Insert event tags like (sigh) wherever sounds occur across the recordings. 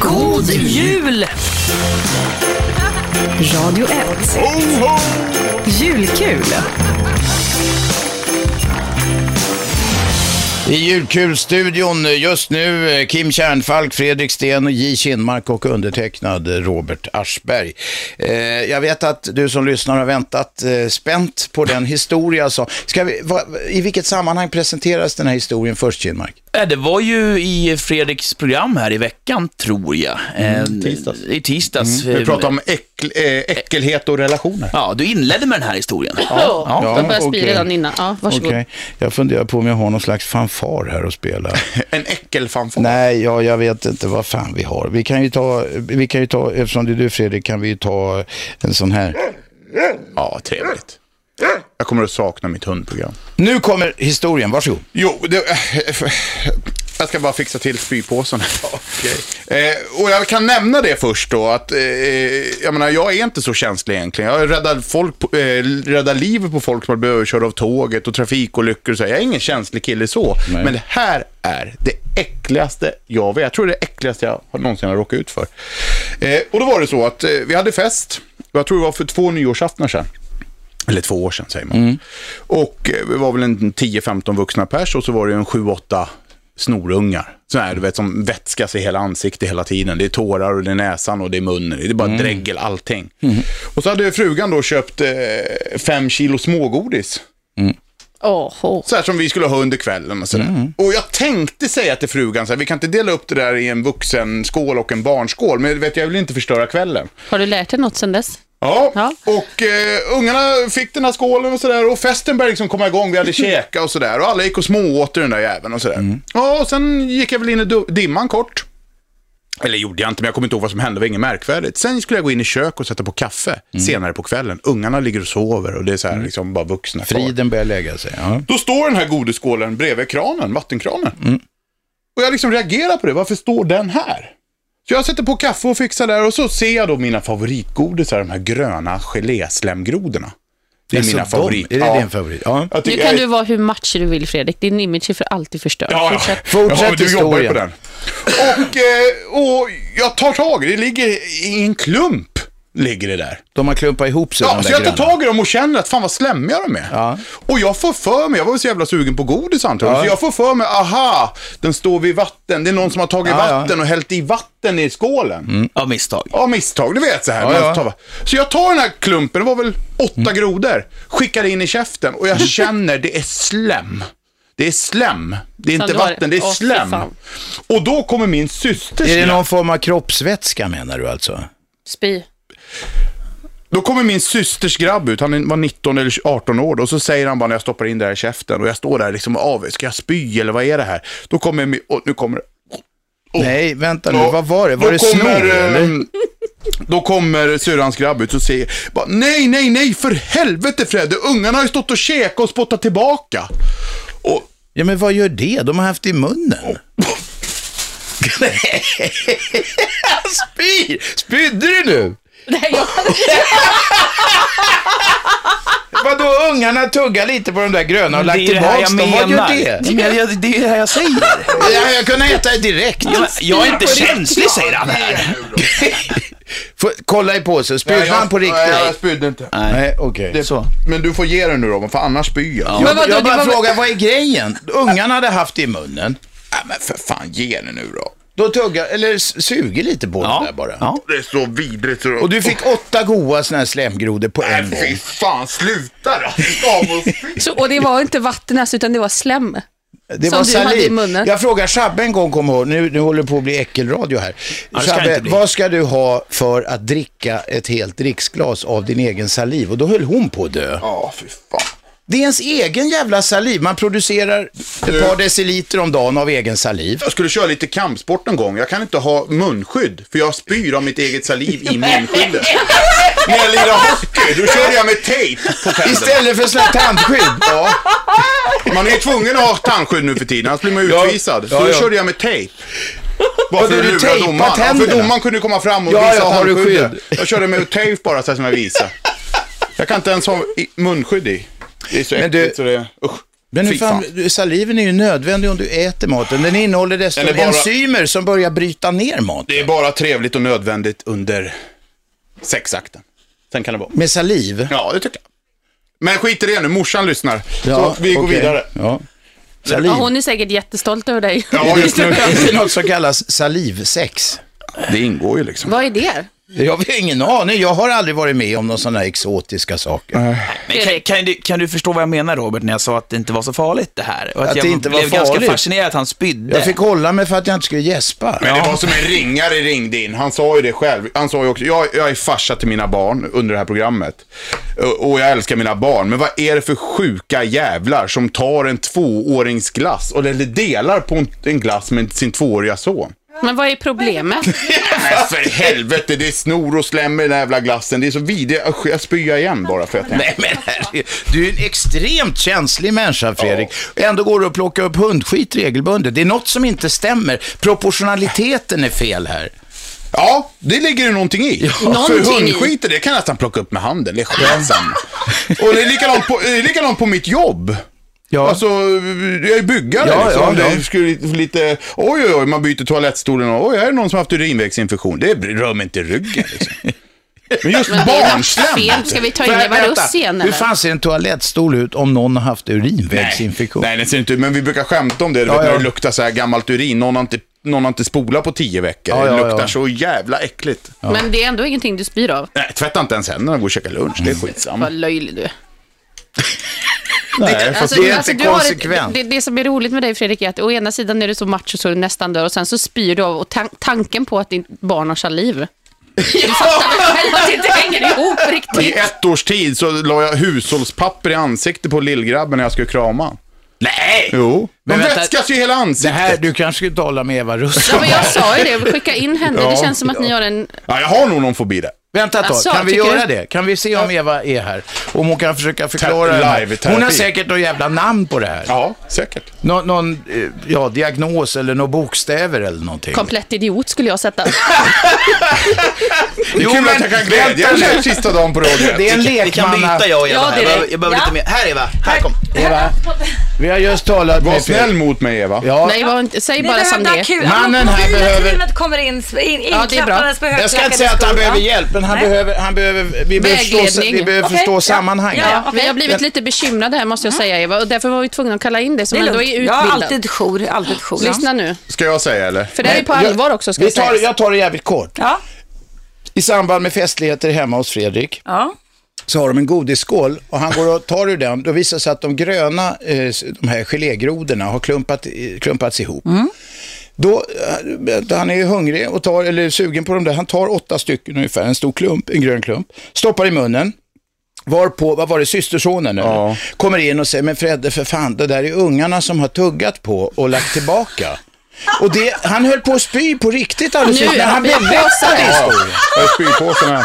God jul! Radio 1. Julkul. I julkulstudion just nu eh, Kim Kärnfalk, Fredrik Sten och J. Kinmark och undertecknad eh, Robert Aschberg. Eh, jag vet att du som lyssnar har väntat eh, spänt på den historia som... Ska vi, va, I vilket sammanhang presenteras den här historien först, Kinmark? Eh, Det var ju i Fredriks program här i veckan, tror jag. Mm, Eh, tisdags. I tisdags. Vi pratar om äckl, eh, äckelhet och relationer. Ja, du inledde med den här historien. Ja, Ja, de började spy okej. redan innan. Ja, varsågod. Okej. Jag funderar på om jag har någon slags fanfar här att spela. (laughs) En äckelfanfar. Nej, ja, jag vet inte vad fan vi har. Vi kan ju ta, vi kan ju ta eftersom det är du Fredrik, kan vi ju ta en sån här. Ja, trevligt. Jag kommer att sakna mitt hundprogram. Nu kommer historien, varsågod. Jo, det, eh, jag ska bara fixa till spypåsen. Eh, och jag kan nämna det först då, att eh, jag menar, jag är inte så känslig egentligen. Jag räddar, folk, på- eh, räddar livet på folk som har blivit överkörda av tåget och trafikolyckor och så. Jag är ingen känslig kille så. Nej. Men det här är det äckligaste jag vet. Jag tror det är det äckligaste jag har- någonsin har råkat ut för. Eh, och då var det så att eh, vi hade fest, jag tror det var för två nyårsaftnar sedan. Eller två år sedan säger man. Och eh, vi var väl en 10-15 vuxna pers och så var det en 7-8 snorungar. Sådana här du vet som vätskas i hela ansiktet hela tiden. Det är tårar och det är näsan och det är munnen. Det är bara dregel allting. Och så hade frugan då köpt eh, fem kilo smågodis. Åh, åh. Så här som vi skulle ha under kvällen och sådär. Och jag tänkte säga till frugan så här, vi kan inte dela upp det där i en vuxenskål och en barnskål. Men du vet, jag vill inte förstöra kvällen. Har du lärt dig något sen dess? Ja, Ja. och eh, ungarna fick den här skålen och sådär och festen började liksom komma igång. Vi hade käka och sådär och alla gick och smååt ur den där jäveln och sådär. Ja, och sen gick jag väl in i du- dimman kort. Eller gjorde jag inte, men jag kommer inte ihåg vad som hände. Det var inget märkvärdigt. Sen skulle jag gå in i kök och sätta på kaffe senare på kvällen. Ungarna ligger och sover och det är så här liksom bara vuxna kvar. Friden börjar lägga sig. Ja. Då står den här godisskålen bredvid kranen, vattenkranen. Och jag liksom reagerar på det, varför står den här? Så jag sätter på kaffe och fixar där och så ser jag då mina favoritgodisar, de här gröna geléslemgrodorna. Det är, Alltså, mina de- favorit. Är det Ja. din favorit? Ja. Jag Nu tycker kan jag- du vara hur matchig du vill Fredrik, din image är för alltid förstörd. Ja, ja. Fortsätt. Fortsätt ja, men du jobbar ju historien. på den. Och, eh, och jag tar tag i det, det ligger i en klump. Ligger det där. De har klumpat ihop sig. Ja, de så där jag tar gröna. tag i dem och känner att fan vad slemmiga de är. Ja. Och jag får för mig, jag var ju så jävla sugen på godis antagligen, Ja. så jag får för mig, aha, den står vid vatten, det är någon som har tagit Ja, ja. Mm. vatten och hällt i vatten i skålen. Av misstag. Ja, misstag, du vet så här. Ja, man ja. Mm. tar va- Så jag tar den här klumpen, det var väl åtta grodor, skickar in i käften och jag känner det är slem. Det är slem, det är Som inte du har- vatten, det är Åh, fy slem. fan. Och då kommer min systers Är det lapp. någon form av kroppsvätska menar du alltså? Spy. Då kommer min systers grabb ut, han var 19 eller 18 år då, och så säger han bara när jag stoppar in det här i käften och jag står där liksom av, ska jag spy eller vad är det här? Då kommer, min- och nu kommer Nej, vänta nu, Oh. Ja, vad var det? Var då det snor kommer, eh, eller? Då kommer syrrans grabb ut och säger bara, nej, nej, nej, för helvete Fredde, ungarna har ju stått och käkat och spottat tillbaka. Och Ja, men vad gör det? De har haft det i munnen. Oh. (laughs) Spyr! Spydde du nu? Nej, jag Vadå, ungarna tuggar lite på de där gröna och lagt det är det här tillbaks jag dem? Vad gör menar. det? Det är jag- det är det här jag säger. Jag hade kunnat äta det direkt. Jag, jag är inte känslig, säger han här. Får, kolla i påsen, spydde han på riktigt? Nej, jag spydde inte. Nej, okej. Det, Så. Men du får ge den nu då, för annars spyr jag. Men vadå, Jag det bara var- frågar, vad är grejen? Ungarna hade haft det i munnen. Nej, men för fan, ge den nu då. Då tuggar, eller s- suger lite på den där bara. ja. Det är så vidrigt. Så... Och du fick åtta goa såna här slämgrodor på en Nej, fy gång. fan, sluta då! Stav och spy. Så, och det var inte vatten alltså, utan det var slem. Det Som var du hade i munnen. Jag frågade Shabbe en gång, kom ihåg, nu, nu håller det på att bli äckelradio här. det ska Shabbe, inte bli. vad ska du ha för att dricka ett helt dricksglas av din egen saliv? Och då höll hon på att dö. Ja, fy fan. Det är ens egen jävla saliv. Man producerar ett par deciliter om dagen av egen saliv. Jag skulle köra lite kampsport en gång. Jag kan inte ha munskydd, för jag spyr av mitt eget saliv i munskyddet. När jag lirade hockey, då körde jag med tejp på tänderna. Istället för såna här tandskydd. Ja. Man är ju tvungen att ha tandskydd nu för tiden, annars blir man ju Ja. utvisad. Så Ja, då ja. körde jag med tejp. Bara för Vadå, att du lura tejpar domaren. Ja, för tänderna? domaren kunde ju komma fram och Ja, visa ja, har du tandskyddet. skydd? Jag körde med tejp bara så här (laughs) som jag visade. Jag kan inte ens ha i- munskydd i. Det är så Men du- äckligt så det... Usch. Den är Fy fan, saliven är ju nödvändig om du äter maten. Den innehåller Eller dessutom bara- enzymer som börjar bryta ner maten. Det är bara trevligt och nödvändigt under sexakten. Sen kan det vara. Med saliv. Ja, det tycker jag. Men skit i det nu, morsan lyssnar. så vi går okej. vidare. Ja. Saliv. Ja, hon är säkert jättestolt över dig. Ja, just nu. Det är något som kallas salivsex. (laughs) Det ingår ju liksom. (laughs) Vad är det? Jag har ingen aning, jag har aldrig varit med om några sådana exotiska saker. Men kan, kan, du, kan du förstå vad jag menar Robert när jag sa att det inte var så farligt det här? Och att, Att jag det inte var blev ganska farligt. fascinerad att han spydde. Jag fick hålla mig för att jag inte skulle gäspa. Men det var som en ringare ringde in. Han sa ju det själv. Han sa ju också, jag, jag är farsa till mina barn under det här programmet. Och, och jag älskar mina barn. Men vad är det för sjuka jävlar som tar en tvåårings glass, eller delar på en, en glass med sin tvååriga son? Men vad är problemet? Nej, för helvete, det är snor och slem i den här jävla glassen. Det är så vidrigt. Usch, Jag spyr igen bara för att jag Nej men herre, du är en extremt känslig människa Fredrik. Ändå går du och plockar upp hundskit regelbundet. Det är något som inte stämmer. Proportionaliteten är fel här. Ja, det ligger ju någonting i. Någonting För i. hundskit, det kan jag nästan plocka upp med handen. Det är skitsamma. och det är likadant på, det är likadant på mitt jobb. Ja. Alltså, jag är byggare Ja, liksom. ja, ja. Det skulle lite, oj, oj, oj, man byter toalettstolen och oj, här är någon som haft urinvägsinfektion. Det rör mig inte i ryggen liksom. Men just Men det är barnslem. fel. Ska vi ta in Men Eva vänta, Russ igen Hur eller? fan ser en toalettstol ut om någon har haft urinvägsinfektion? Nej, det ser inte ut. Men vi brukar skämta om det. Du Ja, vet när ja. det luktar så här gammalt urin. Någon har inte, någon har inte spolat på tio veckor. Ja, ja, det luktar ja. så jävla äckligt. Men det är ändå ingenting du spyr av. Nej, tvätta inte ens händerna och gå och käka lunch. Det är skitsamma. Vad Mm. löjlig du är. Nej, fast det är alltså, inte du har ett- konsekvent. det, det som är roligt med dig Fredrik är att å ena sidan är du så macho så du nästan dör och sen så spyr du av och tan- tanken på att ditt barn har saliv. Du fattar väl själv att det inte hänger ihop I riktigt. ett års tid så la jag hushållspapper i ansiktet på lillgrabben när jag skulle krama. Nej! Jo. De Men vänta- vätskas ju i hela Det ansiktet. här, du kanske skulle tala med Eva Russ. Ja, men jag sa ju det, skicka in henne. Ja, det känns som att ni har en... Ja, jag har nog någon fobi där. Vänta ett tag, Alltså, kan vi tycker göra du- det? Kan vi se om Eva är här? Om hon kan försöka förklara Ter- det här. live-terapi. Hon har säkert något jävla namn på det här. Ja, säkert. Nå- någon eh, ja, diagnos eller några bokstäver eller någonting. Komplett idiot skulle jag sätta. Det är Jo, kul att men jag kan glädja den här sista dagen (laughs) på radio. Det är en Vi kan lekmanna... byta jag och Eva Ja, här. det Jag är det. behöver, jag behöver Ja. lite mer. Här Eva, här kom. Eva, vi har just talat Var med snäll mot mig, Eva. Ja. Nej, var inte, säg Ni bara behöver som inte det ha är. kul. Mannen här Mobila behöver- teamet kommer in, in Ja, det är bra. inklappandes på Jag ska inte säga att han behöver hjälp, men han Nej. behöver, han behöver, vi behöver förstå, Vägledning. vi behöver Okej, förstå ja. sammanhanget. Ja, ja. Vi Okej. har blivit lite bekymrade här måste jag säga Eva och därför var vi tvungna att kalla in dig som Det är ändå lugnt. är Jag har utbildad. alltid jour, alltid jour. Lyssna nu, Ska jag säga eller? för det här är på allvar också ska vi jag tar, säga. jag tar det jävligt kort. Ja, I samband med festligheter hemma hos Fredrik ja. så har de en godisskål och han går och tar ur den. Då visar det sig att de gröna, eh, de här gelégrodorna har klumpat, eh, klumpats ihop. Då, eh, han är ju hungrig och tar, eller sugen på de där, han tar åtta stycken ungefär, en stor klump, en grön klump, stoppar i munnen. Var på, vad var det, systersonen nu? Ja. Kommer in och säger, men Fredde för fan, det där är ungarna som har tuggat på och lagt tillbaka. Och det, han höll på att spy på riktigt alldeles Nu nyss, men är han han blev vässad i historien. Jag har spypåsen här.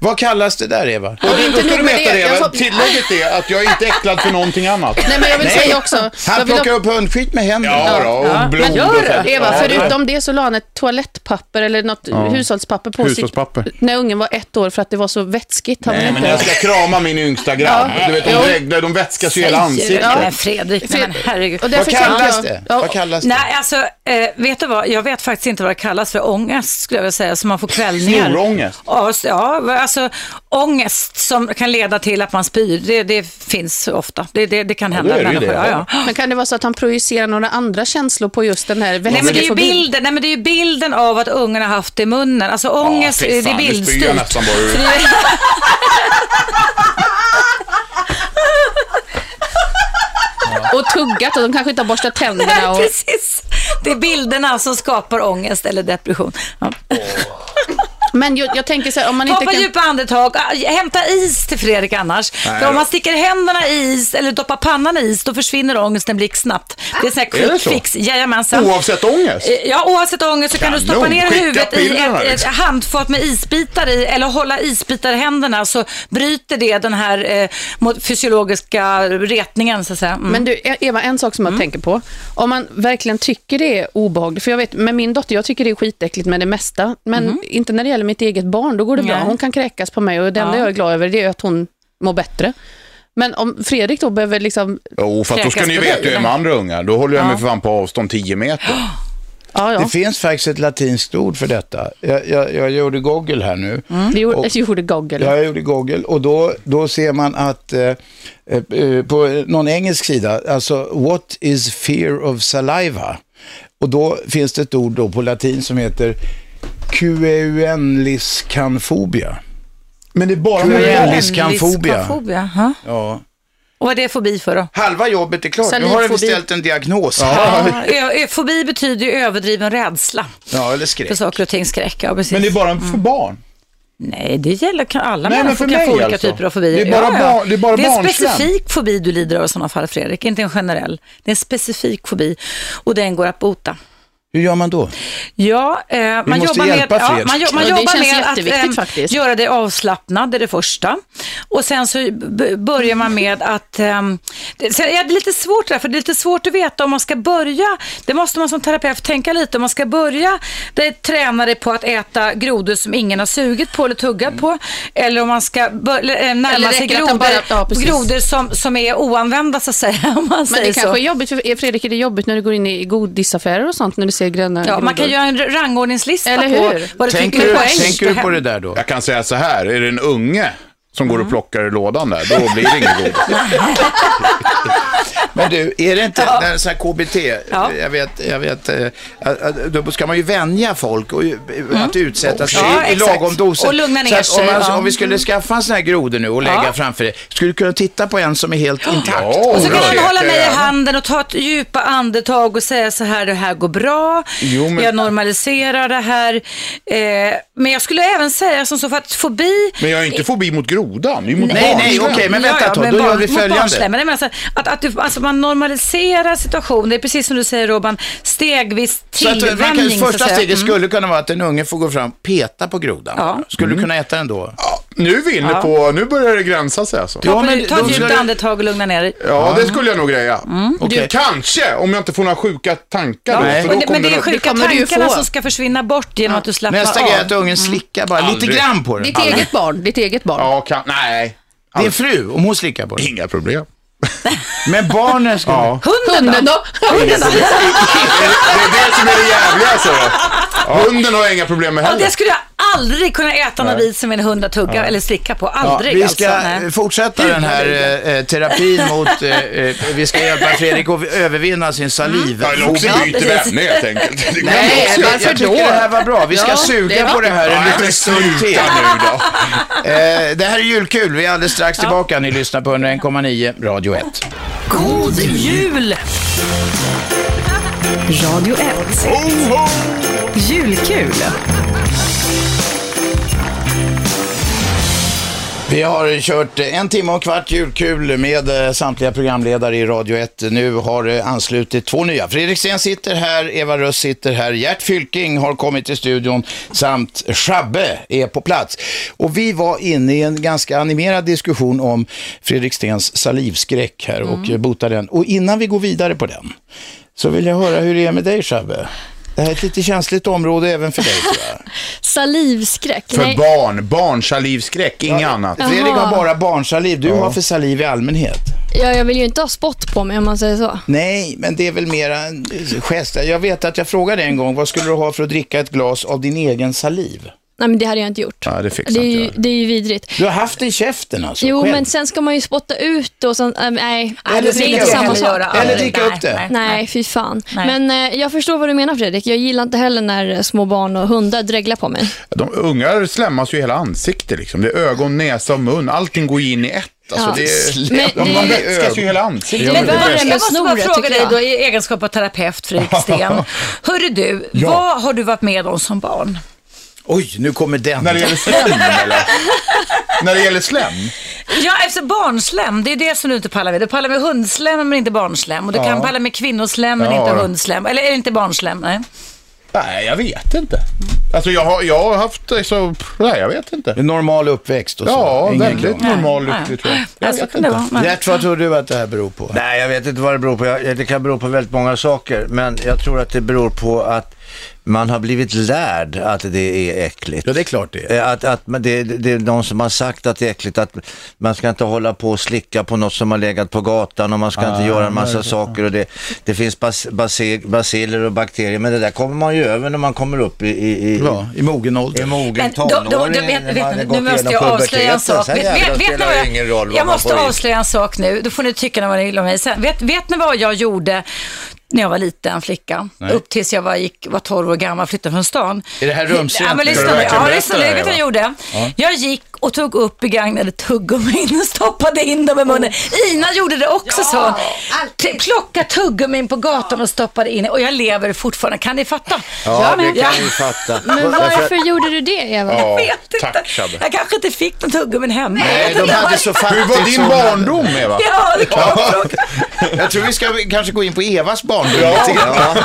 Vad kallas det där Eva? Och inte Då ska nog du med veta det, det, jag Eva. får- Tillägget är att jag är inte äcklad för någonting annat. Nej men jag vill säga också. jag Han vill plockar upp hundskit med händerna. Ja, då, och blod Men och gör fett. det. Eva, Ja, förutom det så la han ett toalettpapper eller något hushållspapper på Hushållspapper. sitt... När ungen var ett år för att det var så vätskigt. Han Nej, ville men inte- jag ska krama min yngsta grabb. Du vet, de, Jo. väg- de vätskas ju i hela Säger- ansiktet. Nej, Ja. men Fredrik, nej, men herregud. Och Vad därför tänkte kallas jag- det? Ja, Vad kallas Typ. det? Nej, alltså, eh, vet du vad? Jag vet faktiskt inte vad det kallas för ångest, skulle jag vilja säga, som man får kvällningar. Snorångest. Ja, s- Ja, alltså ångest som kan leda till att man spyr, det, det finns ofta. Det, det, det kan hända är det ju människor. det. Ja, ja. Men kan det vara så att han projicerar några andra känslor på just den här Nej men, det är ju vätskefobin? bilden, nej men det är ju bilden av att ungen har haft det i munnen. Alltså ångest, fy det är fan, nu spyr (laughs) jag bildstyrt. nästan bara ur- Så det är- Och tuggat och de kanske inte har borstat tänderna. Nej, Och... (laughs) precis. Det är bilderna som skapar ångest eller depression. Ja. Men jag, jag tänker så här, om man inte Hoppa kan... djupa andetag, Ah, hämta is till Fredrik annars. För om man sticker händerna i is eller doppar pannan i is, då försvinner ångesten blixtsnabbt. Det är sån här Är det quick så? fix. Jajamensan. Oavsett ångest. Eh, Ja, oavsett ångest så kan du stoppa Kanon. ner Skicka huvudet i bilderna, ett, ett liksom. handfat med isbitar i eller hålla isbitar i händerna så bryter det den här eh, mot- fysiologiska retningen så att säga. Mm. Men du, E- Eva, en sak som jag tänker på. Om man verkligen tycker det är obehagligt, för jag vet med min dotter, jag tycker det är skitäckligt med det mesta, men inte när det gäller mitt eget barn, då går det bra. Mhm. Nej. Hon kan kräkas på mig och det enda Ja. jag är glad över det är att hon mår bättre. Men om Fredrik då behöver liksom, Jo, för att då ska ni Kräkas veta hur jag är med andra ungar. Då håller jag mig för fan på avstånd 10 meter. ja ja, Det finns faktiskt ett latinskt ord för detta. Jag, jag, jag gjorde Google här nu. det Mm. gjorde, det gjorde Goggle. Ja, jag gjorde Google och då, då ser man att eh, eh, på någon engelsk sida, alltså what is fear of saliva? Och då finns det ett ord då på latin som heter E queuenliscanfobia. Men det är bara... Queuenliscanfobia. Ja. Ja. Och vad är det fobi för då? Halva jobbet är klart, nu har jag Salivfobi. beställt en diagnos. Ja, ö- ö- fobi betyder ju överdriven rädsla Ja, eller skräck. för saker och ting, skräck. Ja, precis. Men det är bara för barn. Nej, det gäller kan alla Nej, men människor för kan mig få olika alltså. typer av fobier. Det är bara barn- det är bara det är en barnslen. specifik fobi du lider av i sådana fall, Fredrik, inte en generell. Det är en specifik fobi och den går att bota. Hur gör man då? Ja, eh, man, måste jobbar med, hjälpa ja, Fredrik. man, jo- man Ja, det jobbar känns med att ehm, jätteviktigt faktiskt. göra dig avslappnad, det är det första. Och sen så b- börjar man med att... ehm, det, sen är det lite svårt där, för det är lite svårt att veta om man ska börja. Det måste man som terapeut tänka lite. Om man ska börja det, träna dig på att äta grodor som ingen har sugit på eller tuggat på. Eller om man ska bör, eller, eh, närma Eller sig räcker att han grodor, bara- ja, precis. grodor som, som är oanvända, så att säga. (laughs) Om man Men säger det så. kanske är jobbigt, för Fredrik, är det jobbigt när du går in i godisaffärer och sånt, när du ser gröna Ja, man grodor? kan göra en r- rangordningslista Eller på hur? vad du Tänker tycker du, är poäng. tänker du på det där då? Jag kan säga så här, är det en unge som går och plockar i lådan där, då blir det inget god. Men du, är det inte när så här KBT, jag vet, jag vet, eh, att- att- då ska man ju vänja folk och, ju- att utsätta sig Ja, i, i exakt. lagom doser. Och lugna Så ner att om, sig, man, ja. om vi skulle skaffa en sån här groda nu och lägga Ja. framför dig, skulle du kunna titta på en som är helt intakt? Ja, Och Så kan Bra, han Peter. hålla mig i handen och ta ett djupa andetag och säga så här, det här går bra, Jo, men- jag normaliserar det här. Eh, men jag skulle även säga som så, för att fobi, Men jag är inte fobi mot grodan, det är ju mot Nej, nej, barnslen. okej, men vänta ett tag, men då gör barn- vi mot följande. barnsliga, Men jag menar så här, att, att du, alltså man normaliserar situationen, det är precis som du säger Robban, stegvis Så att eh, man tillvänjning. kan, Så att första säga. steget skulle kunna vara att en unge får gå fram och peta på grodan. Mm. Ja. Skulle du kunna äta den då? Ja, nu är vi inne på, nu börjar det gränsa sig alltså. Ta, Ja, men men, ta då ett djupt skulle- andetag och lugna ner dig. Ja, det skulle jag nog greja. Okej. Kanske, om jag inte får några sjuka tankar Ja, då, Nej. men för då det- men kommer det är det... sjuka kommer du ju tankarna få. som ska försvinna bort genom att du slappnar Nästa av. grej är att ungen slickar bara lite Aldrig. grann på den. Ditt eget barn, ditt eget barn. Ja, kan... Nej. Din fru, om hon slickar på den. Inga problem. Men barnen skulle... Ja. Hunden då? Hunden då? (laughs) Det är det som är det jävliga alltså. Hunden har jag inga problem med Ja, heller. det skulle jag aldrig kunna äta någon bit som en hund har tuggat eller slicka på. Ja, Aldrig vi ska alltså. Nej. fortsätta den här eh, terapin mot, eh, eh, vi ska hjälpa Fredrik att övervinna sin saliv. Ja, Eller också Nej, byter precis. vänner helt enkelt. Det kan Nej, jag också göra. jag, jag tycker det här var bra. Vi ska Ja, det suga var- på det här en Nej, liten men stund till. sluta nu då. Eh, det här är julkul, vi är alldeles strax tillbaka. Ni lyssnar på 101,9 Radio 1. eh, God jul! Radio 1. Julkul. Vi har kört en timme och en kvart julkul med eh, samtliga programledare i Radio 1. Nu har det anslutit två nya. Fredrik Sten sitter här, Eva Röss sitter här, Gert Fylking har kommit till studion samt Schabbe är på plats. Och vi var inne i en ganska animerad diskussion om Fredrik Stens salivskräck här och eh, bota den. Och innan vi går vidare på den så vill jag höra hur det är med dig Schabbe. Det här är ett lite känsligt område även för dig tror jag. Salivskräck? För Nej. barn, barnsalivskräck, inget annat. Fredrik har bara barnsaliv, du har för saliv i allmänhet. Ja, jag vill ju inte ha spott på mig om man säger så. Nej, men det är väl mera en gest. Jag vet att jag frågade en gång, vad skulle du ha för att dricka ett glas av din egen saliv? Nej, men det hade jag inte gjort. Nej, det fixar det, är inte ju, jag. det är ju vidrigt. Du har haft det i käften alltså? Jo, själv. men sen ska man ju spotta ut och sen, ähm, nej. Eller det är dricka inte upp samma det. sak. Göra Eller aldrig. dricka Nej, upp det. nej. Nej, fy fan. Nej. Men eh, jag förstår vad du menar Fredrik. Jag gillar inte heller när eh, små barn och hundar dreglar på mig. De ungar slämmas ju i hela ansiktet liksom. Det är ögon, näsa och mun. Allting går ju in i ett. Alltså, Ja. det är... Men De det är- vätskas ju i hela ansiktet. Men Det är värre bäst. Jag med måste bara snoret, fråga tycker dig jag. då i egenskap av terapeut, Fredrik Sten. Hörru du, vad har du varit med om som barn? Oj, nu kommer den. När det (laughs) gäller slem eller? När det gäller slem? Ja, efter barnslem, det är det som du inte pallar med. Du pallar med hundslem men inte barnslem. Och du kan palla med kvinnoslem men Ja, inte då. hundslem. Eller är det inte barnslem? Nej. Nej, jag vet inte. Alltså jag har, jag har haft, alltså, nej jag vet inte. Normal uppväxt och så? Ja, Alltså, Ingen väldigt krångel. normal Nej. lycklig tror jag. Ja, Jag så vet kan det inte. vara. Nej. Gert, vad tror du att det här beror på? Nej, jag vet inte vad det beror på. Jag, det kan bero på väldigt många saker. Men jag tror att det beror på att man har blivit lärd att det är äckligt. Ja, det är klart det är. Eh, Att, att man, det, det är någon som har sagt att det är äckligt, att man ska inte hålla på och slicka på något som har legat på gatan och man ska Ah, inte göra en massa saker och det, det finns bas, base, basiler och bakterier, men det där kommer man ju över när man kommer upp i, i, i, Ja, i mogen ålder. i mogen Men då- då- då- vet- tonåring. vet- Nu måste jag avslöja en sak. Vet- vet- vet ni vad jag- Jag måste avslöja en sak nu. Då får ni tycka när man vill om mig. Sen, vet, vet ni vad jag gjorde när jag var liten flicka? Upp tills jag var, gick, var 12 år gammal och flyttade från stan. Är det här rumsrent Ja, nu? men Ska lyssna du nu. verkligen Ja, berätta lyssna det nu. här, Vet du vad va? jag gjorde? Jag gick och tog upp begagnade tuggummin och stoppade in dem i munnen. Oh. Ina gjorde det också, sa hon. T- Plocka tuggummin på gatan och stoppade in och jag lever fortfarande. Kan ni fatta? Ja, Jag det med. kan jag ju fatta. Men Därför att- varför gjorde du det, Eva? Ja, Jag vet inte. tack Shabbe. Jag kanske inte fick någon tuggummin hemma. Jag Nej, vet de inte. hade så fattigt Hur var så din de hade- barndom Eva? Ja, det kan man fråga. (laughs) Jag tror vi ska kanske gå in på Evas barndom. Ja. lite grann.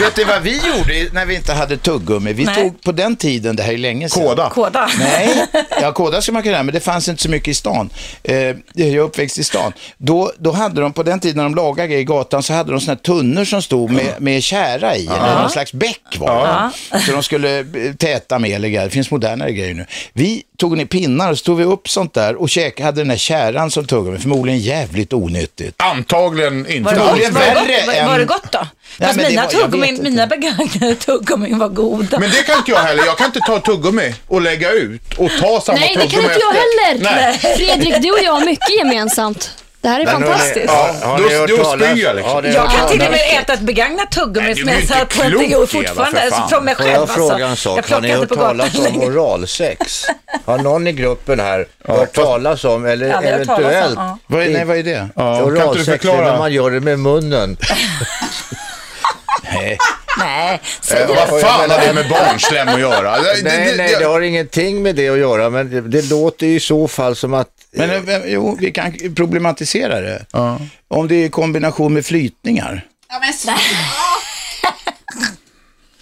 Vet du vad vi gjorde när vi inte hade tuggummi? Vi Nej. tog på den tiden, det här är länge sedan. Kåda. Kåda. (laughs) Nej, ja, kåda ska man kunna, men det fanns inte så mycket i stan. Eh, jag är uppväxt i stan. Då, då hade de, på den tiden när de lagade grejer i gatan, så hade de såna här tunnor som stod med, med kära i, eller någon slags bäck var det. Så de skulle eh, täta med eller grejer. Det finns modernare grejer nu. Vi tog ner pinnar och så tog vi upp sånt där och käk, hade den här käran som tuggummi, förmodligen jävligt onyttigt. Antagligen Var det, inte. Ja, det är gott? Var, det gott? värre Var, var det än- gott då? Nej, Fast men det mina, var- jag vet tuggummin, inte. mina begagnade tuggummin var goda. Men det kan inte jag heller. Jag kan inte ta tuggummi och lägga ut och ta samma Nej, det tuggummi kan inte jag efter. heller. Nej. Fredrik, du och jag har mycket gemensamt. Det här är Men nu är det- fantastiskt. Ja, har ni Då- hört då spyr talas- jag liksom. Ja, det har jag hört kan till och talas- med äta ett begagnat tuggummi Nej, som du är jag inte satt på en klok, tugga Eva, fortfarande. för Alltså, fan. från mig Får själv jag fråga en alltså. sak? Jag Har plockar ni inte hört på gatan talas om längre. oralsex? Har någon i gruppen här hört talas om, eller Ja, vi har hört talas om, eventuellt? ja. Vad är, nej, vad är det? Ja, kan inte du Oralsex är förklara? när man gör det med munnen. (laughs) Nej, Eh, säg det. Vad fan har det med barnslem att göra? Det- det- Nej, det- nej, det har ingenting med det att göra, men det, det låter ju i så fall som att... Men eh, vem- jo, vi kan problematisera det. Om det är i kombination med flytningar.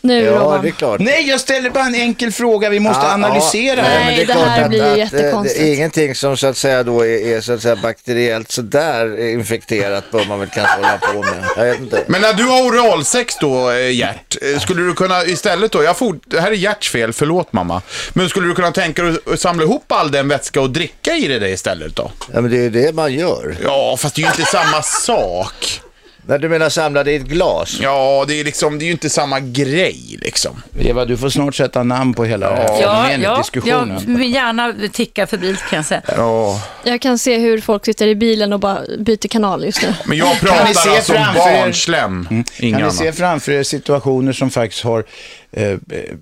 Nu Ja, Robban. det är klart. Nej, jag ställer bara en enkel fråga. Vi måste Ja, analysera ja, det. men Nej, är det klart här blir ju eh, jättekonstigt. det är ingenting som så att säga då är, är så att säga bakteriellt sådär infekterat bör man väl kanske hålla på med. Jag vet inte. Men när du har oralsex då, eh, Gert, eh, skulle du kunna istället då, jag for, det här är Gerts fel, förlåt mamma, men skulle du kunna tänka dig att samla ihop all den vätska och dricka i det där istället då? Ja, men det är ju det man gör. Ja, fast det är ju inte samma sak. När du menar samlade i ett glas? Ja, det är, liksom, det är ju inte samma grej liksom. Eva, du får snart sätta namn på hela det här Ja, fenomenet, ja, ja, diskussionen. min hjärna tickar febrilt kan jag säga. Ja. Jag kan se hur folk sitter i bilen och bara byter kanal just nu. Men jag Kan ni se pratar alltså om framför er- Mm. barnslem, Kan inga ni annat. se framför er situationer som faktiskt har eh,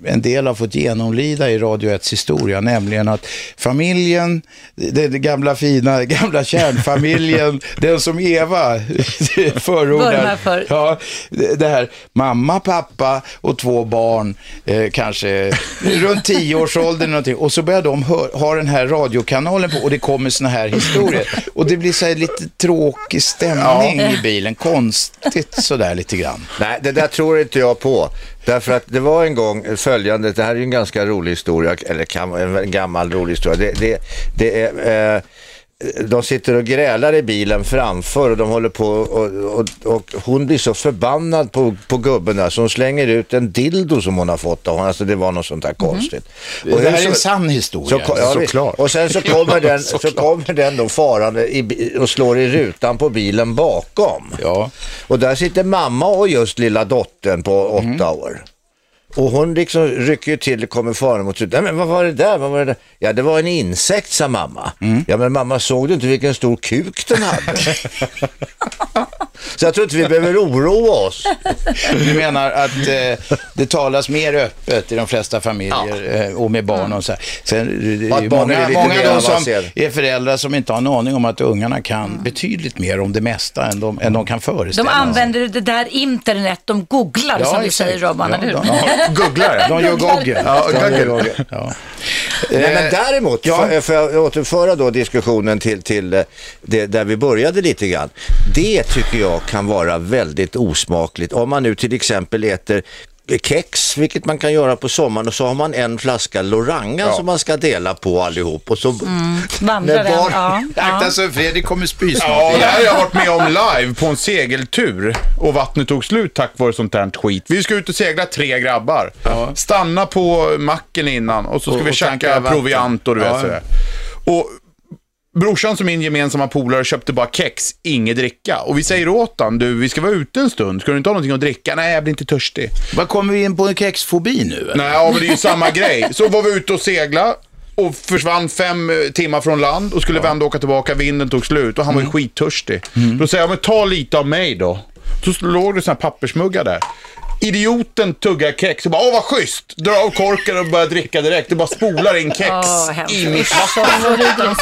en del har fått genomlida i Radio 1 historia, nämligen att familjen, den gamla fina, (laughs) gamla kärnfamiljen, den som Eva (laughs) Vurmar förordar, för. ja, det här, mamma, pappa och två barn, eh, kanske runt tioårsåldern eller någonting, och så börjar de hö- ha den här radiokanalen på och det kommer såna här historier. Och det blir så här lite tråkig stämning i bilen, konstigt sådär lite grann. Nej, det där tror inte jag på. Därför att det var en gång följande, det här är ju en ganska rolig historia, eller kan, vara en gammal rolig historia. Det, det, det är, eh, de sitter och grälar i bilen framför och de håller på och, och, och hon blir så förbannad på, på gubben där så hon slänger ut en dildo som hon har fått av honom. Alltså det var något sånt där konstigt. Och Mm. det hur här är så- en sann historia. Så, ja, visst. såklart. Och sen så kommer den, så kommer den då farande i, bi- och slår i rutan på bilen bakom. Ja. Och där sitter mamma och just lilla dottern på åtta år. Och hon liksom rycker ju till och kommer farande mot slutet. Nej men vad var det där? Vad var det där? Ja det var en insekt sa mamma. Ja men mamma såg du inte vilken stor kuk den hade? så jag tror inte vi behöver oroa oss. Du menar att eh, det talas mer öppet i de flesta familjer eh, och med Mm. barn och så här. Sen, eh, det är Att ju barnen många, är lite många mer av de som avancerade. är föräldrar som inte har en aning om att ungarna kan betydligt mer om det mesta än de, än de kan föreställa Mm. De använder det där internet, de googlar som du säger Robban, eller hur? (laughs) de, Googlar de gör Google. Ja, de gör Google. Google. Ja. Nej, men däremot, Eh, ja. för, för att återföra då diskussionen till, till eh, det, där vi började lite grann. Det tycker jag kan vara väldigt osmakligt. Om man nu till exempel äter kex, vilket man kan göra på sommaren och så har man en flaska Loranga som man ska dela på allihop. Och så, Mm. Vandrar den. När barn- Ja, ja. Akta så Fredrik kommer spy snart. Ja, igen. det här har jag varit med om live på en segeltur och vattnet tog slut tack vare sånt här skit. Vi ska ut och segla tre grabbar. Stanna på macken innan och så ska Och- vi och tanka käka vatten. proviant och du Ja. vet sådär. Och brorsan som min gemensamma polare köpte bara kex, inget dricka. Och vi säger åt han, du vi ska vara ute en stund, ska du inte ha någonting att dricka? Nej, jag blir inte törstig. Vad kommer vi in på en kexfobi nu? eller? Nej, ja, men det är ju samma grej. Så var vi ute och segla och försvann fem eh, timmar från land och skulle vända och åka tillbaka. Vinden tog slut och han var ju skittörstig. Då säger jag, men ta lite av mig då. Så låg det såna här pappersmuggar där. Idioten tuggar kex och bara, åh vad schysst! Drar av korken och börjar dricka direkt. Det bara spolar in kex Åh, hemskt. i mitt vatten.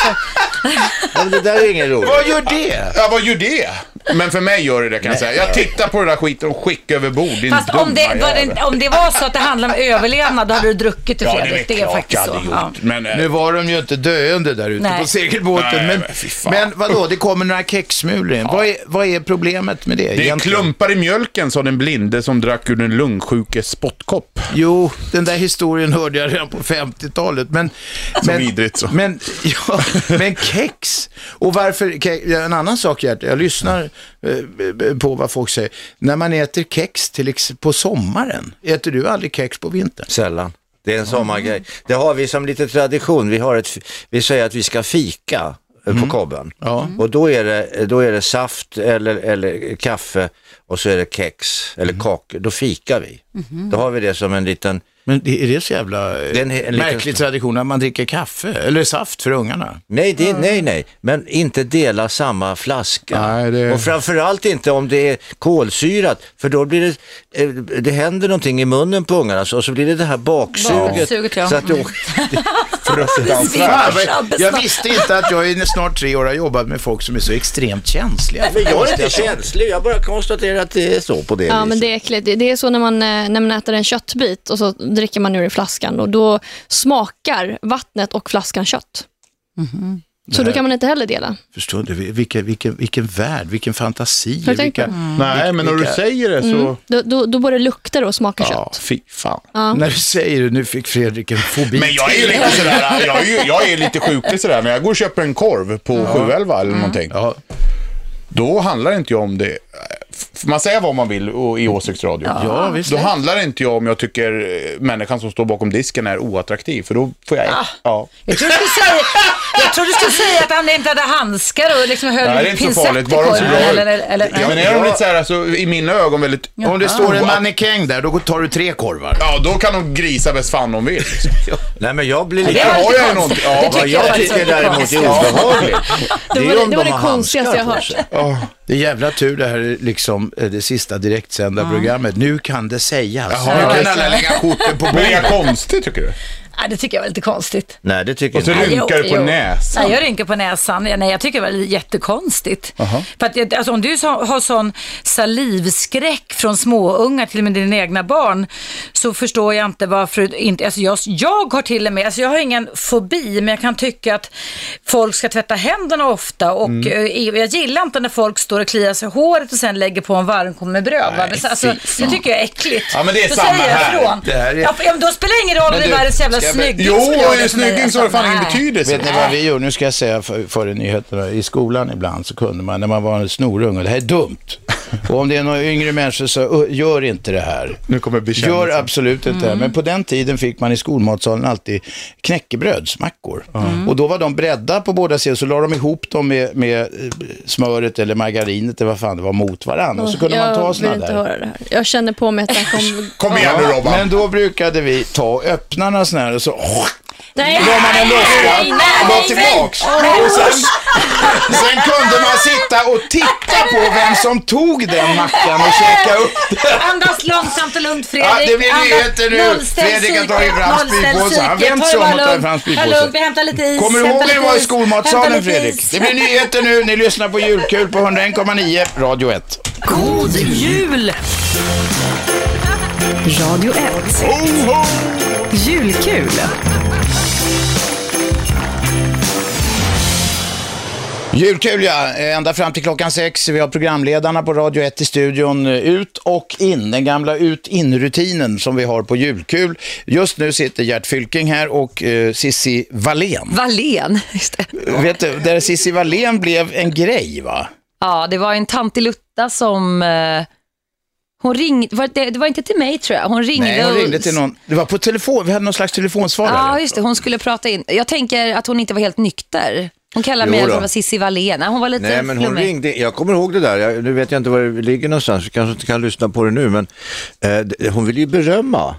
men det där (laughs) är ingen roligt. Vad gör det? Ja, vad gör det? Men för mig gör det det kan jag säga. Jag tittar på den där skiten och skickar över bord. din Fast om det, dumma var jävel. det, om det var så att det (laughs) handlade om överlevnad, då hade du druckit till Ja, det är Fredrik. väl Det är klart jag faktiskt så. hade gjort. Ja. Men, eh, Nu var de ju inte döende där ute Nej. på segelbåten. Nej, men, men fy fan. men vadå, det kommer några kexsmulor in. Vad, är, vad är problemet med det, Det är klumpar i mjölken, sa den blinde som drack ur den lungsjukes spottkopp. Jo, den där historien hörde jag redan på 50-talet. Men, men, vidrigt så. Men, ja, men kex. Och varför, ke- en annan sak Gert, jag lyssnar eh, på vad folk säger. När man äter kex till, ex- på sommaren, äter du aldrig kex på vintern? Sällan. Det är en sommargrej. Det har vi som lite tradition. Vi, har ett, fi- vi säger att vi ska fika eh, på kobben. Mm. Och då är det, då är det saft eller, eller kaffe och så är det kex eller kakor. Då fikar vi. Då har vi det som en liten... Men det- är det så jävla eh, Det är en he- en liten- märklig tradition att man dricker kaffe eller saft för ungarna? Nej, det, nej, nej, men inte dela samma flaska. Nej, det- Och framförallt inte om det är kolsyrat, för då blir det, eh, det händer någonting i munnen på ungarna så- och så blir det det här baksuget. Baksuget, ja. Så att det, åker- Fruktansvärt. Fan, vad- Ah, jag visste inte att jag i snart tre år har jobbat med folk som är så extremt känsliga. Men jag är inte känslig, jag bara konstaterar att det är så på det Ja, viset. men det är äckligt. Det- Det är så när man, eh, när man äter en köttbit och så dricker man ur i flaskan och då smakar vattnet och flaskan kött. Mhm. Så då kan man inte heller dela. Förstår du? Vilken, vilken, vilken värld, vilken fantasi. Har du tänkt vilka... på (laughs) Nej, men när du vilka- säger det så... Mm. Då, då, då både luktar det och smakar Ja, kött. fy fan. När du säger det, nu fick Fredrik en fobi. Men jag är ju lite sådär, jag är, ju, jag är lite sjuklig sådär, när jag går och köper en korv på 711 Mm. eller någonting. Ja. Då handlar inte jag om det, F- man säger vad man vill och- i åsiktsradio. Ja, visst. Då handlar inte jag om jag tycker eh, människan som står bakom disken är oattraktiv, för då får jag... Ah. Ja. Jag trodde du skulle säga, jag trodde du skulle säga att han inte hade handskar och liksom höll Nej, det är en inte så pincett farligt. i Bara de ser korven, bra ut. eller, eller, Ja, men är de lite så här, alltså, i mina ögon väldigt... Om det står en mannekäng där, då tar du tre korvar. Ja, då kan de grisa bäst fan de vill. (laughs) Liksom. Nej, men jag blir Det lite... är har alltid jag ju konstigt. någonting. Ja, Det Vad tycker jag jag faktiskt är tycker lite däremot konstigt. är obehagligt, Det det var det- är om det de var det har handskar konstigaste jag på hört. sig. Det är jävla tur det här är liksom eh, det sista direktsända programmet. Nu kan det sägas. Jaha, nu kan verkligen. alla lägga (laughs) korten på Men är bordet. jag konstig tycker du? Nej, det tycker jag var lite konstigt. Nej, det tycker Och så inte jag. Nej, rynkar jo, du på jo. näsan. Nej, jag rynkar på näsan. Ja, Nej, jag tycker det var jättekonstigt. För att, jag- alltså, om du så, har sån salivskräck från småungar, till och med dina egna barn, så förstår jag inte varför du inte... Alltså, jag, jag har till och med, alltså, jag har ingen fobi, men jag kan tycka att folk ska tvätta händerna ofta och Mm. eh, jag gillar inte när folk står och kliar sig i håret och sen lägger på en varmkorv med bröd. va? Men så- alltså, det tycker jag är äckligt. Ja, men det är då samma säger jag här. ifrån. Det här är- Ja, för, ja, men då spelar det ingen roll om det du, är världens jävla ska jag ber- snygging. Jo, spelar är det du för mig, snygging så har alltså. det fan ingen Nej. betydelse. Vet ni vad vi gjorde? Nu ska jag säga för- före nyheterna. I skolan ibland så kunde man, när man var en snorunge, det här är dumt. Och om det är några yngre människor så "Ö, gör inte det här. Nu kommer Gör bekännelsen. absolut inte det. här. Men på den tiden fick man i skolmatsalen alltid knäckebrödsmackor. Mm. Och då var de bredda på båda sidor, så la de ihop dem med, med eh, smöret eller margarinet, eller vad fan det var, mot varandra. Och så kunde man ta jag vill sådana inte där. höra det här. Jag känner på mig att det här (laughs) kommer... Kom igen nu Robban. Men då brukade vi ta öppnarna sådana här och så Nej, la man en nej, lucka nej, och la tillbaks. Och sen, (laughs) sen kunde man sitta och titta på vem som tog den mackan och käka upp den. Andas långsamt och lugnt Fredrik. Ja, det blir Andas- nyheter nu. Nollställ Fredrik har tagit psyket, fram nollställ spritpåsen. psyket. Han vänt Ta det sig om och bara tar lugnt. fram spritpåsen. Ta det lugnt, vi hämtar lite is. Kommer du ihåg hämtar när vi lite var i is, hämtar skolmatsalen lite Fredrik? is. Det blir nyheter nu. Ni lyssnar på Julkul på 101,9 Radio 1. God jul! Radio 1. Julkul. Julkul ja, ända fram till klockan sex. Vi har programledarna på Radio 1 i studion. Ut och in, den gamla ut-in-rutinen som vi har på julkul. Just nu sitter Gert Fylking här och eh, Sissi Wallén. Wallén, (laughs) just det. Vet du, där Sissi Wallén blev en grej va? Ja, det var en tantilutta som... Eh, hon ringde, var det, det var inte till mig tror jag, hon ringde Nej, hon och- ringde till någon. Det var på telefon, vi hade någon slags telefonsvarare. Ja, just det, hon skulle prata in. Jag tänker att hon inte var helt nykter. Hon kallade mig Jo att då. hon var Cissi Wallén. Nej, Hon var lite Nej, men hon flummig. ringde. Jag kommer ihåg det där. Jag, nu vet jag inte var det ligger någonstans. Vi kanske inte kan lyssna på det nu, men eh, d- hon ville ju berömma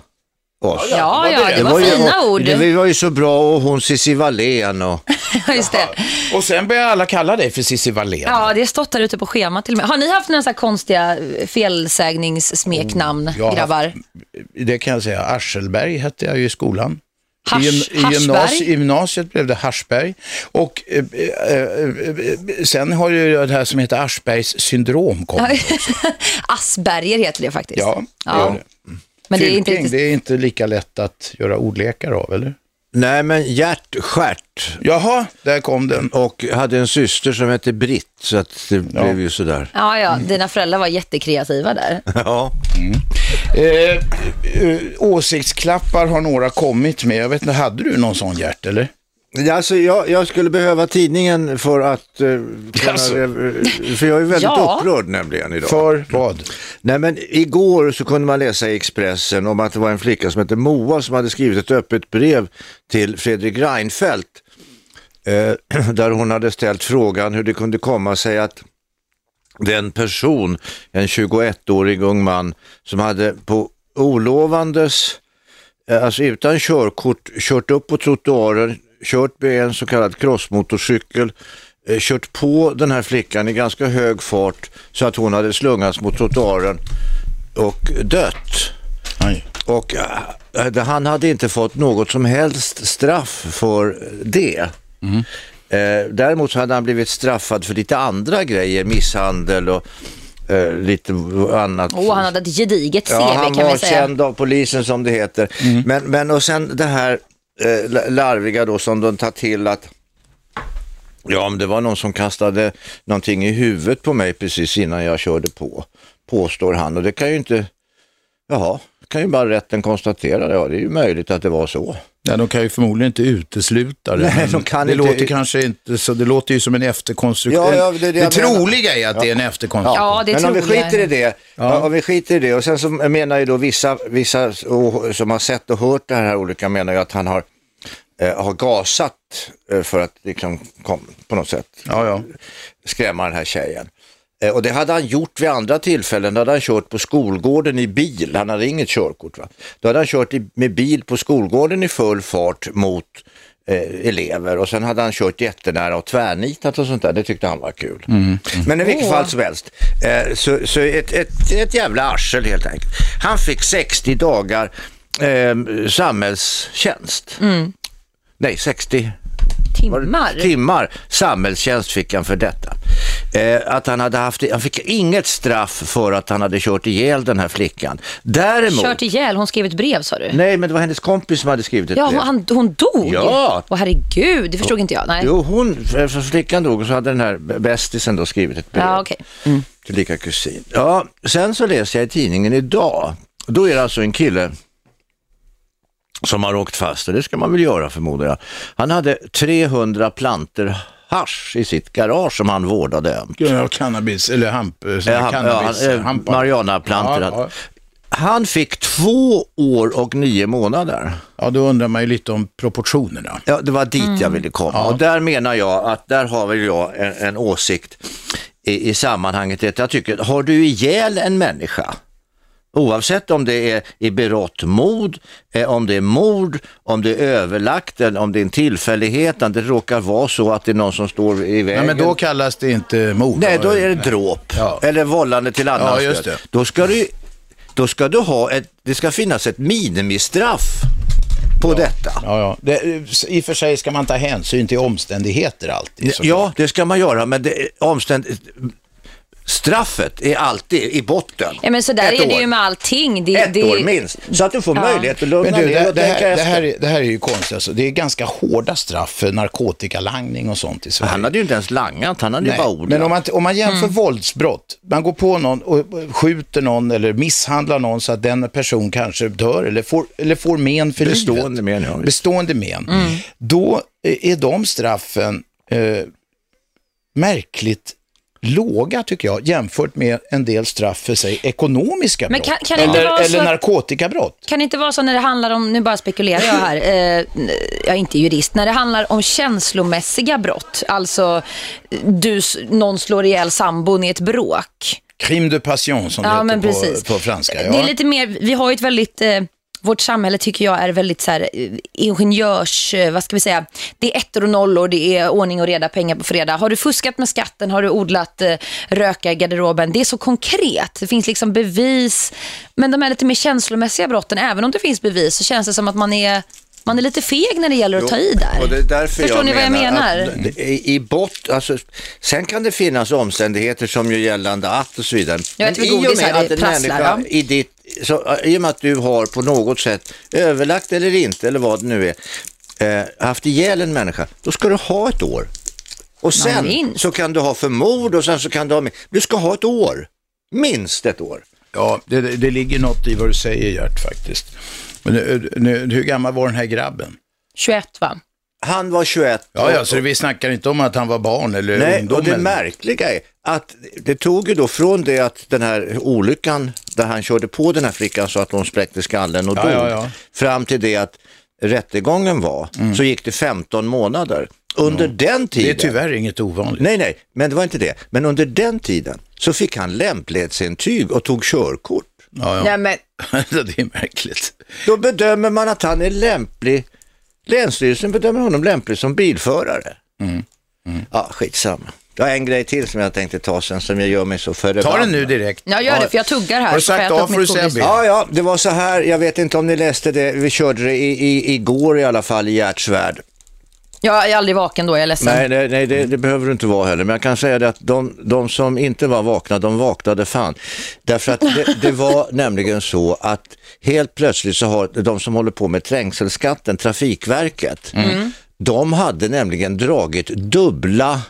oss. Ja, ja, det var ju- fina och- ord. Det, vi var ju så bra och hon Cissi Wallén och... (laughs) Just det. Och sen började alla kalla dig för Cissi Wallén. Ja, det har stått där ute på schemat till och med. Har ni haft några så här konstiga eh, felsägningssmeknamn, jag har grabbar? Det kan jag säga. Arselberg hette jag ju i skolan. Hasch- I, gym- i gymnasiet, Haschberg? I gymnasiet blev det Haschberg. Och eh, eh, eh, eh, sen har ju jag det här som heter Aschbergs syndrom kommit. Asperger heter det faktiskt. Ja, det Ja. gör det. Men det är inte Fylking, riktigt... det är inte lika lätt att göra ordlekar av, eller? Nej, men Gert Stjärt Jaha, där kom den. och hade en syster som hette Britt, så att det blev ju sådär. Ja, ja, dina föräldrar var jättekreativa där. Ja. Eh, eh, åsiktsklappar har några kommit med. Jag vet inte, hade du någon sån Gert, eller? Alltså, jag, jag skulle behöva tidningen för att... Eh, kunna, Alltså. rev- för jag är väldigt Ja. upprörd nämligen idag. För vad? Nej men igår så kunde man läsa i Expressen om att det var en flicka som hette Moa som hade skrivit ett öppet brev till Fredrik Reinfeldt. Eh, (clears throat) där hon hade ställt frågan hur det kunde komma sig att den person, en 21-årig ung man, som hade på olovandes, eh, alltså utan körkort, kört upp på trottoaren, kört med en så kallad crossmotorcykel, eh, kört på den här flickan i ganska hög fart så att hon hade slungats mot trottoaren och dött. Nej. Och eh, det- han hade inte fått något som helst straff för det. Eh, däremot så hade han blivit straffad för lite andra grejer, misshandel och eh, lite annat. Åh, han hade ett gediget CV Ja, han kan var vi säga. känd av polisen som det heter. Men, men och sen det här eh, la- larviga då som de tar till att Ja, om det var någon som kastade någonting i huvudet på mig precis innan jag körde på, påstår han. Och det kan ju inte, jaha, kan ju bara rätten konstatera. Ja, det är ju möjligt att det var så. Nej, de kan ju förmodligen inte utesluta det. Nej, men de kan det inte- låter kanske inte så. Det låter ju som en efterkonstruktion. Ja, ja, det är det det jag menar. troliga är att det är en efterkonstruktion. Ja, det Men om vi tror jag. skiter i det, ja. om vi skiter i det och sen så menar ju då vissa, vissa och- som har sett och hört det här olika menar ju att han har, eh, har gasat eh, för att liksom kom, på något sätt Ja, ja. skrämma den här tjejen. Eh, och det hade han gjort vid andra tillfällen, då hade han kört på skolgården i bil, han hade inget körkort. Va? Då hade han kört i, med bil på skolgården i full fart mot eh, elever och sen hade han kört jättenära och tvärnitat och sånt där, det tyckte han var kul. Men i vilket fall som helst, eh, så, så ett, ett, ett jävla arsel helt enkelt. Han fick 60 dagar eh, samhällstjänst. Nej, 60 Timmar? timmar samhällstjänst fick han för detta. Eh, att han, hade haft, han fick inget straff för att han hade kört ihjäl den här flickan. Däremot, Kört ihjäl, hon skrev ett brev sa du? nej men det var hennes kompis som hade skrivit ett Ja, Mm, brev. hon, han, hon dog? Ja. Åh herregud, det förstod inte jag. Nej. Jo, hon, eh, för för flickan dog och så hade den här bästisen då skrivit ett brev. Ja, okej. Tillika kusin. Ja, sen så läser jag i tidningen idag, då är det alltså en kille som har åkt fast, och det ska man väl göra förmodar jag. Han hade 300 planter hasch i sitt garage som han vårdade ömt. Ja, cannabis, eller hamp, sån här Ja, han- cannabis, ja, han- eh, hampa. Marianaplantor. Ja, ja. Han fick två år och nio månader. ja, då undrar man ju lite om proportionerna. Ja, det var dit jag ville komma. Och där menar jag att där har väl jag en, en åsikt i, i sammanhanget. Att jag tycker, har du ihjäl en människa, oavsett om det är i berått mod, eh, om det är mord, om det är överlagt, eller om det är en tillfällighet, om det råkar vara så att det är någon som står i vägen. Nej, men då kallas det inte mord. Nej, då är det dråp Ja. eller vållande till annan Ja, just död. det. Då ska du, då ska du ha ett, det ska finnas ett minimistraff på detta. Ja, ja. Det, eh, I och för sig ska man ta hänsyn till omständigheter alltid. såklart. Ja, det ska man göra, men det, omständ... Straffet är alltid i botten. Ja, men så där Ett är det år. ju med allting. Det, Ett det, år minst. Så att du får Ja. möjlighet att Men lugna du, ner det, och det, tänka här, det, efter. här, är- det här är ju konstigt. Alltså. Det är ganska hårda straff för narkotikalangning och sånt i Sverige. Han hade ju inte ens langat, han hade ju Nej, bara odlat. Men om man, om man jämför Mm. våldsbrott, man går på någon och skjuter någon eller misshandlar någon så att den person kanske dör eller får, eller får men för Bestående livet. men, ja, visst. Bestående men. Mm. Då eh, är de straffen eh, märkligt låga tycker jag, jämfört med en del straff för sig ekonomiska Men brott. kan- kan det inte eller, vara så eller att- narkotikabrott. Kan det inte vara så när det handlar om, nu bara spekulerar jag (laughs) här, eh, n- jag är inte jurist, när det handlar om känslomässiga brott, alltså du, s- någon slår ihjäl sambon i ett bråk. Crime de passion som Ja, det men heter precis. på, på franska. Ja. Det är lite mer, vi har ju ett väldigt, eh, vårt samhälle tycker jag är väldigt så här, eh, ingenjörs, eh, vad ska vi säga, det är ettor och nollor, det är ordning och reda, pengar på fredag. Har du fuskat med skatten, har du odlat eh, röka i garderoben? Det är så konkret, det finns liksom bevis. Men de här lite mer känslomässiga brotten, även om det finns bevis så känns det som att man är, man är lite feg när det gäller att ta i där. Och det är därför Förstår jag ni vad jag menar? att det- I, i bott, alltså, sen kan det finnas omständigheter som gör gällande att och så vidare. Jag äter Men i och med godis här, det att en prasslar, människa va? i ditt, så, äh, I och med att du har på något sätt, överlagt eller inte, eller vad det nu är, eh, haft ihjäl en människa, då ska du ha ett år. Och sen minst. så kan du ha för mord och sen så kan du ha... Du ska ha ett år. Minst ett år. Ja, det, det det ligger något i vad du säger Gert faktiskt. Men nu, nu, hur gammal var den här grabben? 21 va? Han var 21 Ja, ja, så vi snackar inte om att han var barn eller Nej, ungdom. och det eller- märkliga är att det tog ju då från det att den här olyckan där han körde på den här flickan så att hon spräckte skallen och Ja, dog, ja, ja. Mm. fram till det att rättegången var, så gick det 15 månader. Under den det är tiden, tyvärr inget ovanligt. nej nej, men det var inte det, men under den tiden så fick han lämplighetsintyg och tog körkort. Ja, ja. Nej, men, (laughs) det är märkligt. Då bedömer man att han är lämplig, Länsstyrelsen bedömer honom lämplig som bilförare. Mm. Ja, skitsamma. Jag har en grej till som jag tänkte ta sen som jag gör mig så förbannad. Ta den nu direkt. jag gör det för jag tuggar här. Har du så får jag sagt äta A upp får mitt du säga godis. B. Ja, ja, det var så här, jag vet inte om ni läste det, vi körde det i, i, igår i alla fall i Gerts värld. Jag är aldrig vaken då, jag är ledsen. Nej, nej, nej det, det behöver du inte vara heller, men jag kan säga det att de, de som inte var vakna, de vaknade fan. Därför att det, det var nämligen så att helt plötsligt så har de som håller på med trängselskatten, Trafikverket, de hade nämligen dragit dubbla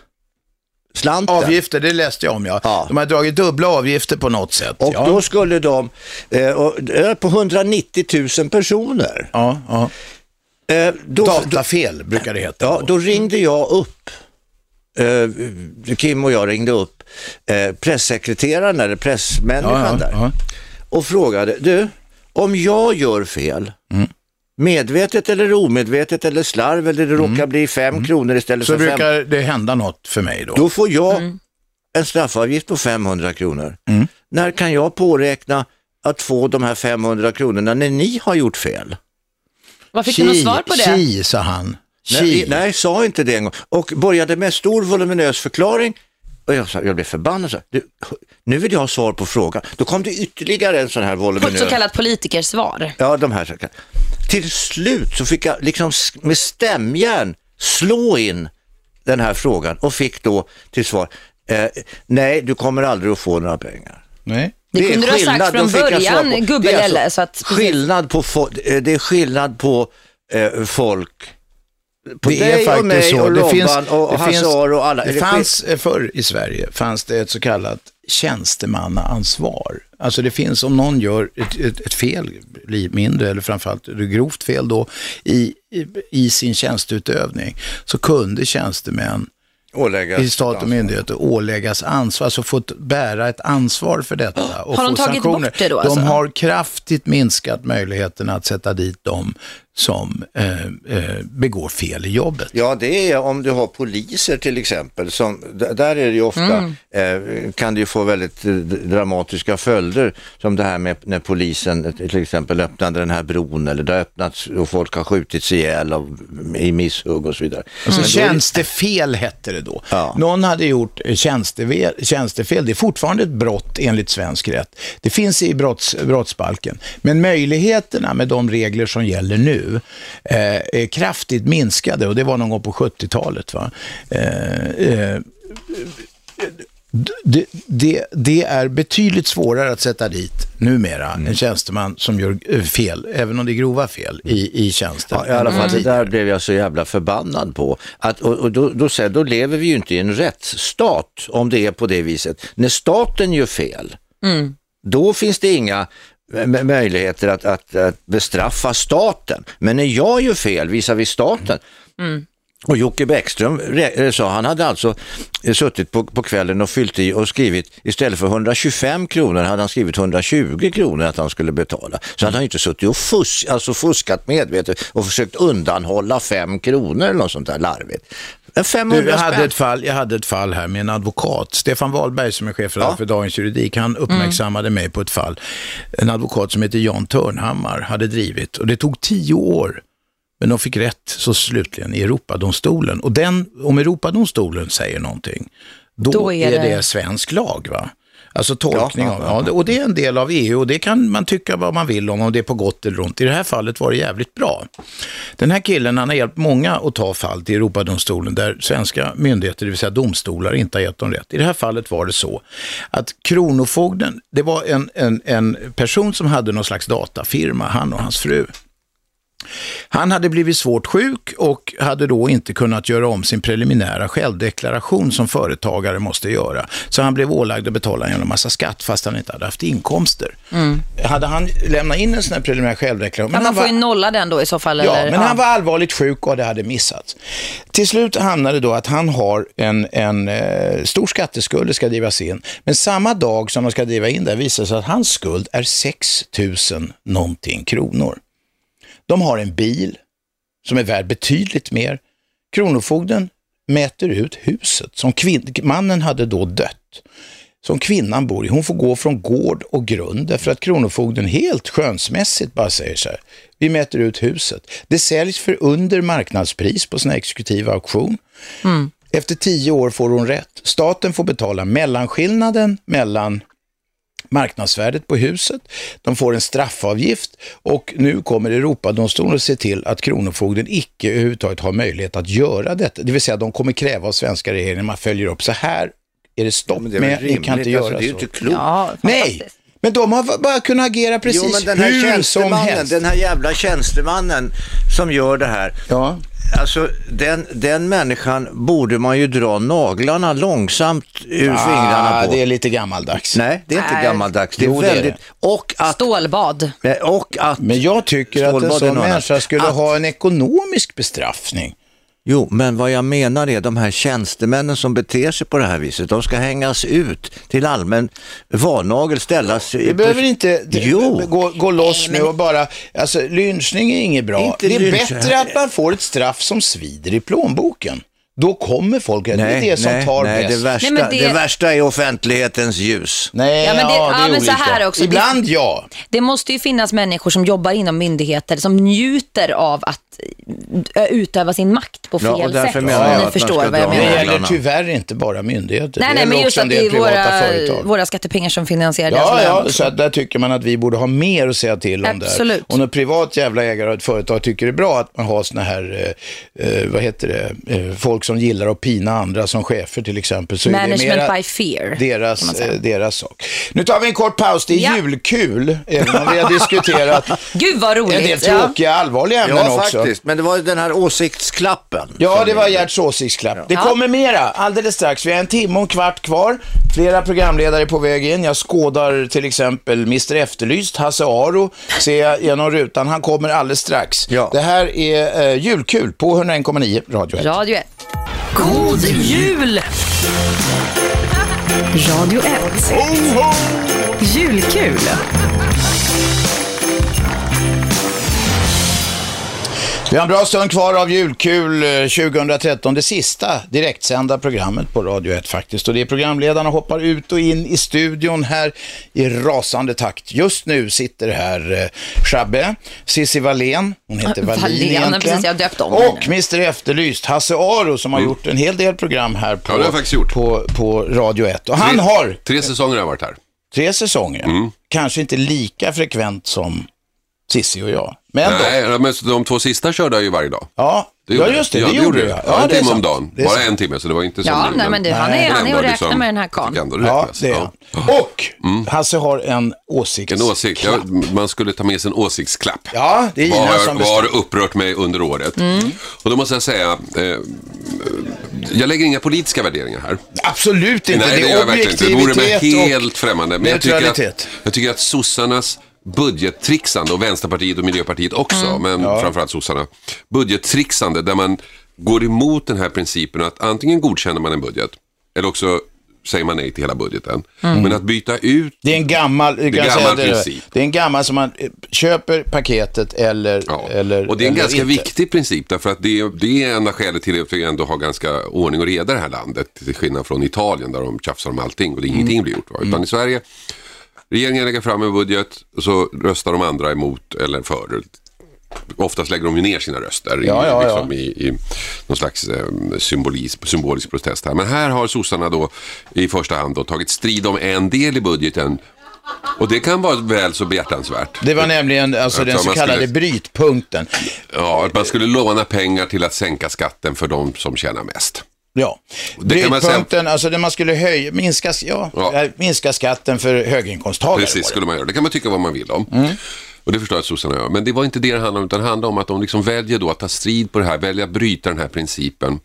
slanten. Avgifter, det läste jag om ja. Ja. De har dragit dubbla avgifter på något sätt. Och ja. då skulle de, eh, och, det är på 190 000 personer. Ja, ja. Eh, då, Datafel brukar det heta. Ja, då ringde jag upp, eh, Kim och jag ringde upp eh, pressekreteraren eller pressmänniskan Ja, ja, där ja. och frågade, du, om jag gör fel, Mm. medvetet eller omedvetet eller slarv eller det råkar bli fem kronor istället Mm. Så för fem, brukar det hända något för mig då. då får jag en straffavgift på 500 kronor. Mm. När kan jag påräkna att få de här 500 kronorna när ni har gjort fel? Vad fick du något svar på det? Chi, sa han. Nej, Chi. nej, sa inte det en gång. Och började med stor voluminös förklaring. Och jag, sa, jag blev förbannad. Så, här, du, nu vill jag ha svar på frågan. Då kom det ytterligare en sån här voluminös. Så kallat politikersvar. Ja, de här så kallat. Till slut så fick jag liksom s- med stämjärn slå in den här frågan och fick då till svar, eh, nej du kommer aldrig att få några pengar. Nej. Det kunde är du ha sagt skillnad, från då fick jag svar början, på. gubbe Det är alltså Lelle, så att- skillnad på, fo- eh, det är skillnad på eh, folk, på Det är dig och faktiskt mig så. och det Robban finns, och det finns- Hazar och alla. Det Eller fanns eh, förr i Sverige fanns det ett så kallat tjänstemannaansvar. Alltså det finns om någon gör ett, ett, ett fel, blir mindre eller framförallt ett grovt fel då, i, i, i sin tjänsteutövning, så kunde tjänstemän åläggas i stat och myndigheter åläggas ansvar, alltså fått bära ett ansvar för detta. Och Har de få tagit sanktioner. bort det då, De alltså? har kraftigt minskat möjligheterna att sätta dit de som eh, eh, begår fel i jobbet. Ja, det är om du har poliser till exempel. Som, d- där är det ju ofta, Mm. eh, kan det ju få väldigt eh, dramatiska följder. Som det här med när polisen eh, till exempel öppnade den här bron eller det har öppnats och folk har skjutits ihjäl av, i misshugg och så vidare. Så Men Mm. då är det- tjänstefel hette det då. Ja. Någon hade gjort eh, tjänstefel, tjänstefel. Det är fortfarande ett brott enligt svensk rätt. Det finns i brotts, brottsbalken. Men möjligheterna med de regler som gäller nu eh, är kraftigt minskade och det var någon gång på 70-talet. Va? Eh, eh, det, det, det är betydligt svårare att sätta dit numera en tjänsteman som gör eh, fel, även om det är grova fel i, i tjänsten. Ja, I alla fall, det där blev jag så jävla förbannad på. Att, och och då, då, säger jag, då lever vi ju inte i en rättsstat om det är på det viset. När staten gör fel, då finns det inga m- möjligheter att, att, att bestraffa staten. Men när jag gör fel visavi staten, och Jocke Bäckström re- eh, sa, han hade alltså eh, suttit på, på kvällen och fyllt i och skrivit, istället för 125 kronor hade han skrivit 120 kronor att han skulle betala. Så hade han ju inte suttit och fusk, alltså fuskat medvetet och försökt undanhålla 5 kronor eller något sånt där larvigt. Men 500 Du, jag, hade spänn. ett fall, jag hade ett fall här med en advokat. Stefan Wahlberg som är chefredaktör för Dagens Juridik, han uppmärksammade mig på ett fall. En advokat som heter Jan Törnhammar hade drivit och det tog tio år. Men de fick rätt så slutligen i Europadomstolen. Och den, om Europadomstolen säger någonting, då, Då är, är det... det- svensk lag. va? Alltså tolkning Ja, av, ja, ja, det- och det är en del av EU och det kan man tycka vad man vill om, om det är på gott eller ont. I det här fallet var det jävligt bra. Den här killen han har hjälpt många att ta fall till Europadomstolen där svenska myndigheter, det vill säga domstolar, inte har gett dem rätt. I det här fallet var det så att Kronofogden, det var en, en, en person som hade någon slags datafirma, han och hans fru. Han hade blivit svårt sjuk och hade då inte kunnat göra om sin preliminära självdeklaration som företagare måste göra. Så han blev ålagd att betala en jävla massa skatt fast han inte hade haft inkomster. Hade han lämnat in en sån här preliminär självdeklaration? men Men han Mm. man får var- ju nolla den då i så fall. Ja, eller? men han var allvarligt sjuk och det hade missats. Till slut hamnade då att han har en, en eh, stor skatteskuld, det ska drivas in. Men samma dag som de ska driva in det visar det sig att hans skuld är 6 000 någonting kronor. De har en bil som är värd betydligt mer. Kronofogden mäter ut huset som kvin- mannen hade då dött som kvinnan bor i. Hon får gå från gård och grund därför att Kronofogden helt skönsmässigt bara säger så här. Vi mäter ut huset. Det säljs för under marknadspris på sin exekutiva auktion. Efter tio år får hon rätt. Staten får betala mellanskillnaden mellan marknadsvärdet på huset, de får en straffavgift och nu kommer Europadomstolen att se till att Kronofogden icke överhuvudtaget har möjlighet att göra detta. Det vill säga de kommer kräva av svenska regeringen att man följer upp så här är det stopp Men det är väl med, ni kan inte rimligt, alltså, göra Det är ju så. inte klokt. Ja, Nej, men de har bara kunnat agera precis jo, men den här hur som tjänstemannen, helst. den här jävla tjänstemannen som gör det här. Ja. Alltså den, den människan borde man ju dra naglarna långsamt ur fingrarna Ah, på. det är lite gammaldags. Nej, det är inte Nej. gammaldags. Det är Jo, det är väldigt... Och att... Stålbad. Och att... Men jag tycker att en Stålbad är sån någon annan. människa skulle Att- ha en ekonomisk bestraffning. Jo, men vad jag menar är de här tjänstemännen som beter sig på det här viset. De ska hängas ut till allmän varnagel, ställas... Vi behöver inte d- Jo. gå, gå loss nu och bara, alltså lynchning är inget bra. Inte det är lynch. bättre att man får ett straff som svider i plånboken. Då kommer folk, det är det som nej, tar nej, bäst. Det värsta, Nej, men det... det- värsta är offentlighetens ljus. Nej, Ja, men det- ja, är men så olika. här också, det- Ibland ja. Det måste ju finnas människor som jobbar inom myndigheter som njuter av att eh, utöva sin makt på fel Ja, och därför sätt. menar om jag ni att förstår man ska vad jag dra Men menar. det naglarna. gäller tyvärr inte bara myndigheter. Nej, nej, det gäller men just också en att det del är privata våra, företag. våra skattepengar som finansierar Ja, deras ja, lön. så att där tycker man att vi borde ha mer att säga till om Absolut. där. Om en privat jävla ägare av ett företag tycker det är bra att man har såna här, eh, eh, vad heter det, eh, folk som gillar att pina andra som chefer till exempel. Så är det Management mera by fear. kan man deras, säga. eh, deras sak. Nu tar vi en kort paus, det är Ja. julkul, även om vi har (laughs) diskuterat Gud vad roligt. en del ja. tråkiga, allvarliga ämnen Ja, också. faktiskt. Men det var ju den här åsiktsklappen. Ja, som det vi- var Gerts åsiktsklapp. Det kommer mera alldeles strax. Vi har en timme och en kvart kvar. Flera programledare är på väg in. Jag skådar till exempel Mr Efterlyst, Hasse Aro, ser jag genom rutan. Han kommer alldeles strax. Ja. Det här är eh, julkul på 101,9 Radio 1. Radio 1. God jul! Radio 1. Julkul. Vi har en bra stund kvar av julkul eh, 2013, det sista direktsända programmet på Radio 1 faktiskt. Och det är programledarna hoppar ut och in i studion här i rasande takt. Just nu sitter här eh, Shabbe, Cissi Wallén, hon heter Wallin Wallén, egentligen. precis, jag har döpt om henne. och Mr Efterlyst, Hasse Aro som har gjort en hel del program här på, Mm. Ja, det har jag faktiskt gjort. på, på Radio 1. Och han har Tre Mm. säsonger har jag varit här. tre säsonger, kanske inte lika frekvent som Cissi och jag, men då. Nej, men de två sista körde jag ju varje dag. Ja, Ja, just det, det gjorde jag. Ja, Ja, en det är timme om sant. dagen. Det är Bara sant. en timme, så det var inte så Ja, nu, nej, men det, han men är, han är ändå att räkna liksom- med den här jag tycker karln. ändå Ja, räknas. det är alltså. Ja. Mm. han. Och Hasse har en åsikts... En åsikt. Ja, man skulle ta med sig en åsiktsklapp. Ja, det är Vad Gina har, som vad har bestämmer. upprört mig under året? Mm. Och då måste jag säga, eh, jag lägger inga politiska värderingar här. Absolut inte. Nej, det det gör är jag verkligen inte. Det vore mig objektivitet helt och... främmande. Men jag tycker, att, neutralitet. jag tycker att sossarnas budgettrixande och Vänsterpartiet och Miljöpartiet också, Mm. men framförallt sossarna. Budgettrixande där man går emot den här principen att antingen godkänner man en budget eller också säger man nej till hela budgeten. Mm. Men att byta ut Det är en gammal, det är en gammal princip. Det är en gammal som man eh, köper paketet eller... Ja. eller och det är en eller ganska inte. viktig princip därför att det, det är ena skälet till att vi ändå har ganska ordning och reda i det här landet. Till skillnad från Italien där de tjafsar om allting och det är Mm. ingenting blir gjort. Va? Utan i Sverige, regeringen lägger fram en budget och så röstar de andra emot eller för. Oftast lägger de ju ner sina röster i, Ja, ja, ja. liksom, i, i någon slags eh, symbolism, symbolisk protest här. Men här har sossarna då i första hand då, tagit strid om en del i budgeten och det kan vara väl så behjärtansvärt. Det var nämligen alltså, Jag den tror så man kallade skulle- brytpunkten. Ja, att man skulle låna pengar till att sänka skatten för de som tjänar mest. Ja, Det kan man säga- brytpunkten, alltså där man skulle höja, minska, ja, Ja. eh, minska skatten för höginkomsttagare. var Precis, det. Mm. skulle man göra. Det kan man tycka vad man vill om. Och det förstår jag att sossarna gör. Men det var inte det det handlade om, utan det handlade om att de liksom väljer då att ta strid på det här, väljer att bryta den här principen.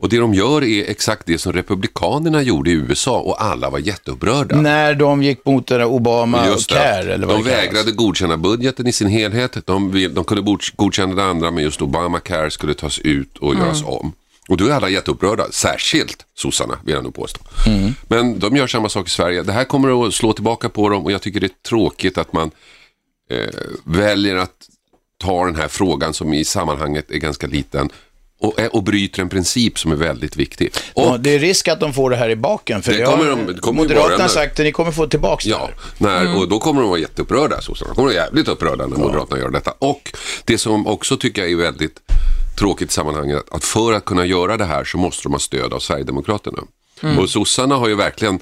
Och det de gör är exakt det som republikanerna gjorde i USA och alla var jätteupprörda. När de gick mot den där Obama Just och det. Care, eller vad de det kallas. vägrade godkänna budgeten i sin helhet. De, vill- de kunde bort- godkänna det andra, men just Obamacare skulle tas ut Mm. och göras om. Och då är alla jätteupprörda, särskilt sossarna vill jag nog påstå. Mm. Men de gör samma sak i Sverige. Det här kommer att slå tillbaka på dem och jag tycker det är tråkigt att man eh, väljer att ta den här frågan som i sammanhanget är ganska liten och, eh, och bryter en princip som är väldigt viktig. Och Ja, det är risk att de får det här i baken. För Det jag- kommer de- det kommer ju bara Moderaterna har ändra. sagt att ni kommer få tillbaka det Ja, här. när, och då kommer de vara jätteupprörda, sossarna. De kommer vara jävligt upprörda när Moderaterna gör detta. Och det som också tycker jag är väldigt tråkigt i sammanhanget, att för att kunna göra det här så måste de ha stöd av Sverigedemokraterna. Och sossarna har ju verkligen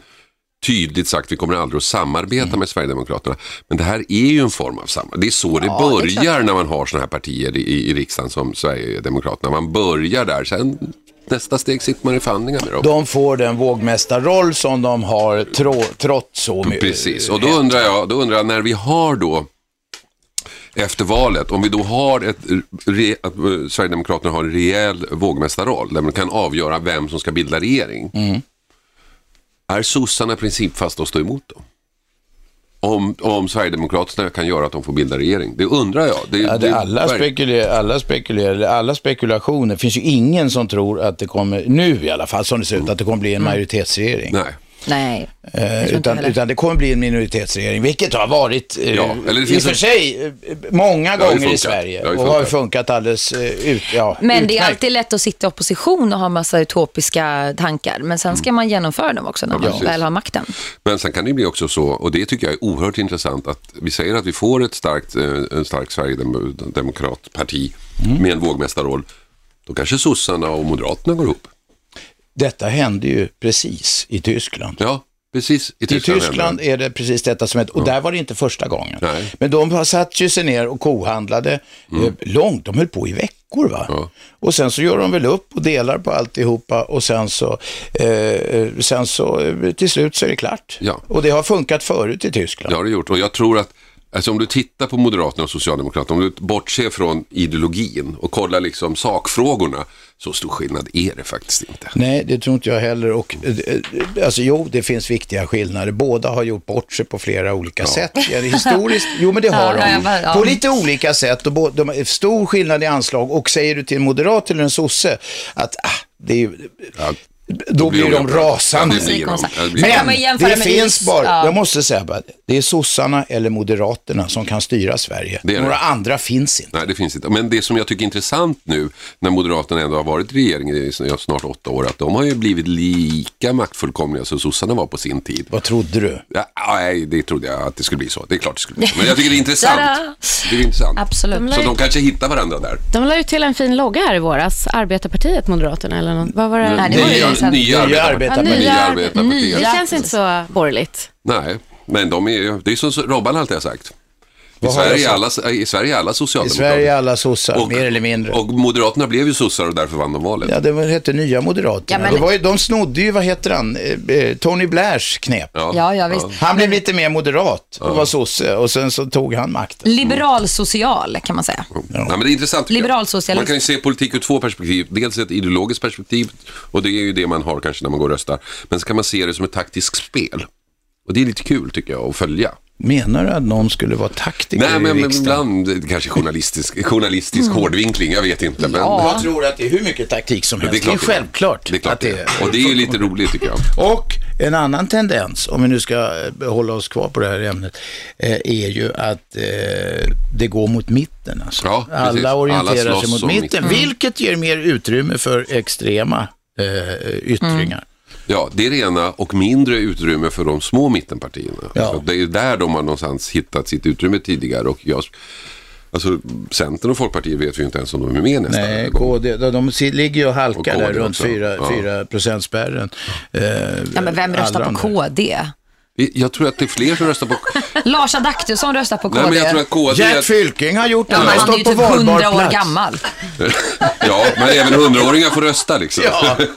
tydligt sagt vi kommer aldrig att samarbeta med Sverigedemokraterna. Men det här är ju en form av samarbete. Det är så det börjar när man har sådana här partier i, i riksdagen som Sverigedemokraterna. Man börjar där, sen nästa steg sitter man i förhandlingar med dem. De får den vågmästarroll som de har trå, trots så mycket. Precis, och då undrar, jag, då undrar jag när vi har då efter valet, om vi då har ett, re, att eh, Sverigedemokraterna har en rejäl vågmästarroll där man kan avgöra vem som ska bilda regering. Mm. Är sossarna principfasta och stå emot dem? Om, om Sverigedemokraterna kan göra att de får bilda regering. Det undrar jag. Det, Ja, det, alla, verkar- spekulerar, alla, spekulerar, alla spekulationer, det finns ju ingen som tror att det kommer, nu i alla fall som det ser ut, att det kommer bli en majoritetsregering. Mm. Nej. Nej. Eh, inte utan, heller. utan det kommer bli en minoritetsregering, vilket har varit eh, Ja, eller det i och finns för en- sig eh, många har ju gånger i funkat. Sverige Det har ju och har ju funkat. funkat alldeles eh, ut, ja, Men det är utmärkt. alltid lätt att sitta i opposition och ha massa utopiska tankar. Men sen ska man genomföra dem också när Ja, man precis. väl har makten. Men sen kan det ju bli också så, och det tycker jag är oerhört intressant, att vi säger att vi får ett starkt, eh, en stark Sverigedemokratparti med en vågmästarroll. Då kanske sossarna och moderaterna går ihop. Detta hände ju precis i Tyskland. Ja, precis. I I Tyskland, Tyskland är det precis detta som hände, och där var det inte första gången. Nej. Mm. Men de har satt ju sig ner och kohandlade eh, långt, de höll på i veckor va. Ja. Och sen så gör de väl upp och delar på alltihopa och sen så, eh, eh, sen så eh, till slut så är det klart. Ja. Och det har funkat förut i Tyskland. Det har det gjort och jag tror att Alltså om du tittar på Moderaterna och Socialdemokraterna, om du bortser från ideologin och kollar liksom sakfrågorna, så stor skillnad är det faktiskt inte. Nej, det tror inte jag heller. Och, eh, eh, alltså, jo, det finns viktiga skillnader. Båda har gjort bort sig på flera olika sätt. Ja, det är Historiskt, jo men det har Ja, ja, jag bara- de. ja. På lite olika sätt. Och bå- de har stor skillnad i anslag. Och säger du till en moderat eller en sosse att ah, det är ju... Då blir de upprörda. rasande. Ja, det blir de. Ja, det blir de. kan man Men jämföra det med finns is. bara, Ja. jag måste säga bara, det är sossarna eller moderaterna som kan styra Sverige. Det är det. Några andra finns inte. Nej, det finns inte. Men det som jag tycker är intressant nu, när Moderaterna ändå har varit i regering i snart åtta år, att de har ju blivit lika maktfullkomliga som sossarna var på sin tid. Vad trodde du? Ja, nej, det trodde jag att det skulle bli så. Det är klart det skulle bli så. Men jag tycker det (laughs) är intressant. Det är intressant. Absolut. Så de kanske hittar varandra där. De la ju till en fin logga här i våras. Arbetarpartiet, Moderaterna eller något. Vad var det? Nej, det var ju nya, intressant. nya Nya arbetar- arbetarpartiet. nya Nya- arbetarpartiet. Det känns inte så borgerligt. Nej, men de är, det är som Robban alltid har sagt. I Vad har Sverige, jag är alla, sagt? I Sverige är alla I socialdemokrater. Sverige är alla sossar, mer eller mindre. Och Moderaterna blev ju sossar och därför vann de valet. Ja, det var- hette Nya Moderaterna. Ja, men- det var ju, de snodde ju, vad heter han, Eh, eh, Tony Blairs knep. Ja, ja, Mm. visst. Han blev lite mer moderat och var sosse och sen så tog han makten. Liberal-social kan man säga. Ja. men det är intressant. tycker jag. Liberalsocialist. Man kan ju se politik ur två perspektiv. Dels ett ideologiskt perspektiv och det är ju det man har kanske när man går och röstar. Men så kan man se det som ett taktiskt spel. Och det är lite kul tycker jag att följa. Menar du att någon skulle vara taktiker Nej, i men, men riksdagen? ibland kanske journalistisk, journalistisk Mm. hårdvinkling, jag vet inte. Men, Jag tror att det är hur mycket taktik som Men helst. Det är, självklart. Det är klart det är. Och det är ju lite roligt tycker jag. Och en annan tendens, om vi nu ska eh, hålla oss kvar på det här ämnet, eh, är ju att eh, det går mot mitten. Alltså. precis. Alla orienterar Alla slåss sig mot om mitten, mitten. Mm. vilket ger mer utrymme för extrema eh, yttringar. Ja, det är det ena och mindre utrymme för de små mittenpartierna. Så det är ju där de har någonstans hittat sitt utrymme tidigare. Och jag, alltså, Centern och Folkpartiet vet vi ju inte ens om de är med nästa Mm. Nej, Eh, KD, de, de si- ligger ju och Och halkar KD där runt också. 4, Ja. 4 procentsspärren. Eh, Ja, men vem röstar alla på andra. KD? Jag tror att det är fler som röstar på Lars Adaktusson röstar på KD. Nej, men jag tror att KD... Gert Fylking har gjort Ja, men han är ju typ 100 år gammal. (laughs) ja, men även hundraåringar får rösta liksom. (laughs) Nej,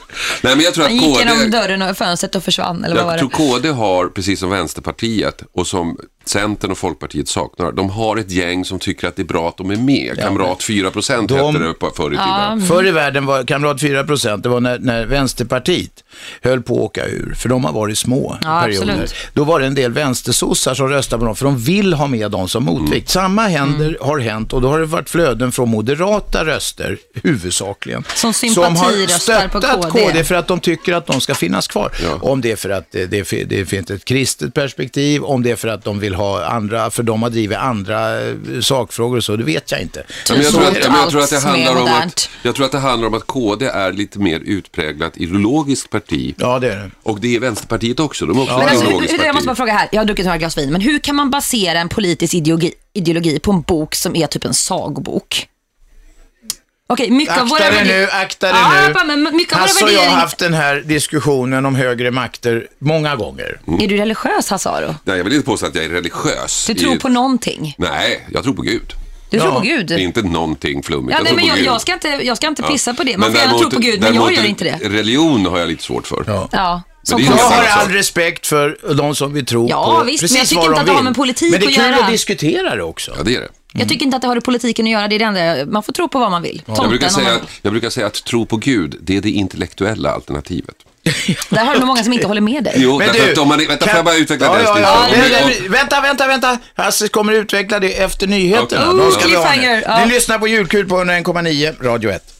men jag tror att Han gick KD... genom dörren och fönstret och försvann, eller vad var Jag tror det? KD har, precis som Vänsterpartiet och som Centern och Folkpartiet saknar, de har ett gäng som tycker att det är bra att de är med. Kamrat 4 procent hette det på- förr i tiden. Förr i världen var Kamrat 4 procent, det var när, när Vänsterpartiet höll på att åka ur, för de har varit små Ja, perioder. absolut. Då var det en del vänstersossar som röstade på dem, för de vill ha med dem som motvikt. Mm. Samma händer Mm. har hänt och då har det varit flöden från moderata röster, huvudsakligen. Som har sympatiröstar på stöttat KD. KD för att de tycker att de ska finnas kvar. Om det är för att eh, det, fi- det finns ett kristet perspektiv, om det är för att de vill ha andra, för de har drivit andra eh, sakfrågor och så, det vet jag inte. Ja, men jag, tror att, ja, men jag, tror att det handlar om att, jag tror att det handlar om att KD är lite mer utpräglat ideologiskt parti. Ja, det är det. Och det är Vänsterpartiet också. De är också Men ett alltså, ideologiskt hur, jag parti. måste bara fråga här, jag har druckit några glas vin, men hur kan man basera en politisk ideologi, ideologi på en bok som är typ en sagobok? Okej, mycket av våra... Akta dig nu, akta dig ja, nu. Ja, men mycket av våra Hasse och jag har värderingar... haft den här diskussionen om högre makter många Mm. gånger. Är du religiös, Hasse Aro? Nej, jag vill inte påstå att jag är religiös. Du tror i- på någonting? Nej, jag tror på Gud. Du tror på Gud? Inte någonting flummigt. Ja, nej, tror men på jag, Gud. jag, ska inte, jag ska inte Ja. pissa på det. Men Man får gärna däremot- tro på Gud, men jag däremot gör inte det. Religion har jag lite svårt för. Ja, det som är Jag inget har annat. all respekt för de som vi tror Ja, på. visst, men precis jag tycker vad inte de att det har vill. med politik Men det är att kul göra. att diskutera det också. Ja, det är det. Jag tycker inte att det har med politiken att göra, det är det enda. Man får tro på vad man vill. Jag brukar, Tomten om säga man att, jag brukar säga att tro på Gud, det är det intellektuella alternativet. Där har du nog många som inte håller med dig. Jo, därför att om man, vänta, får jag bara utveckla Ja, det? ja, här, ja. Stig? Om- Nej, om- nej, vänta, vänta, vänta. Hasse kommer utveckla det efter nyheterna. Okej. De ska vi ha nu. Cliffhanger, ja. Ni lyssnar på Julkul på 101,9 Radio 1.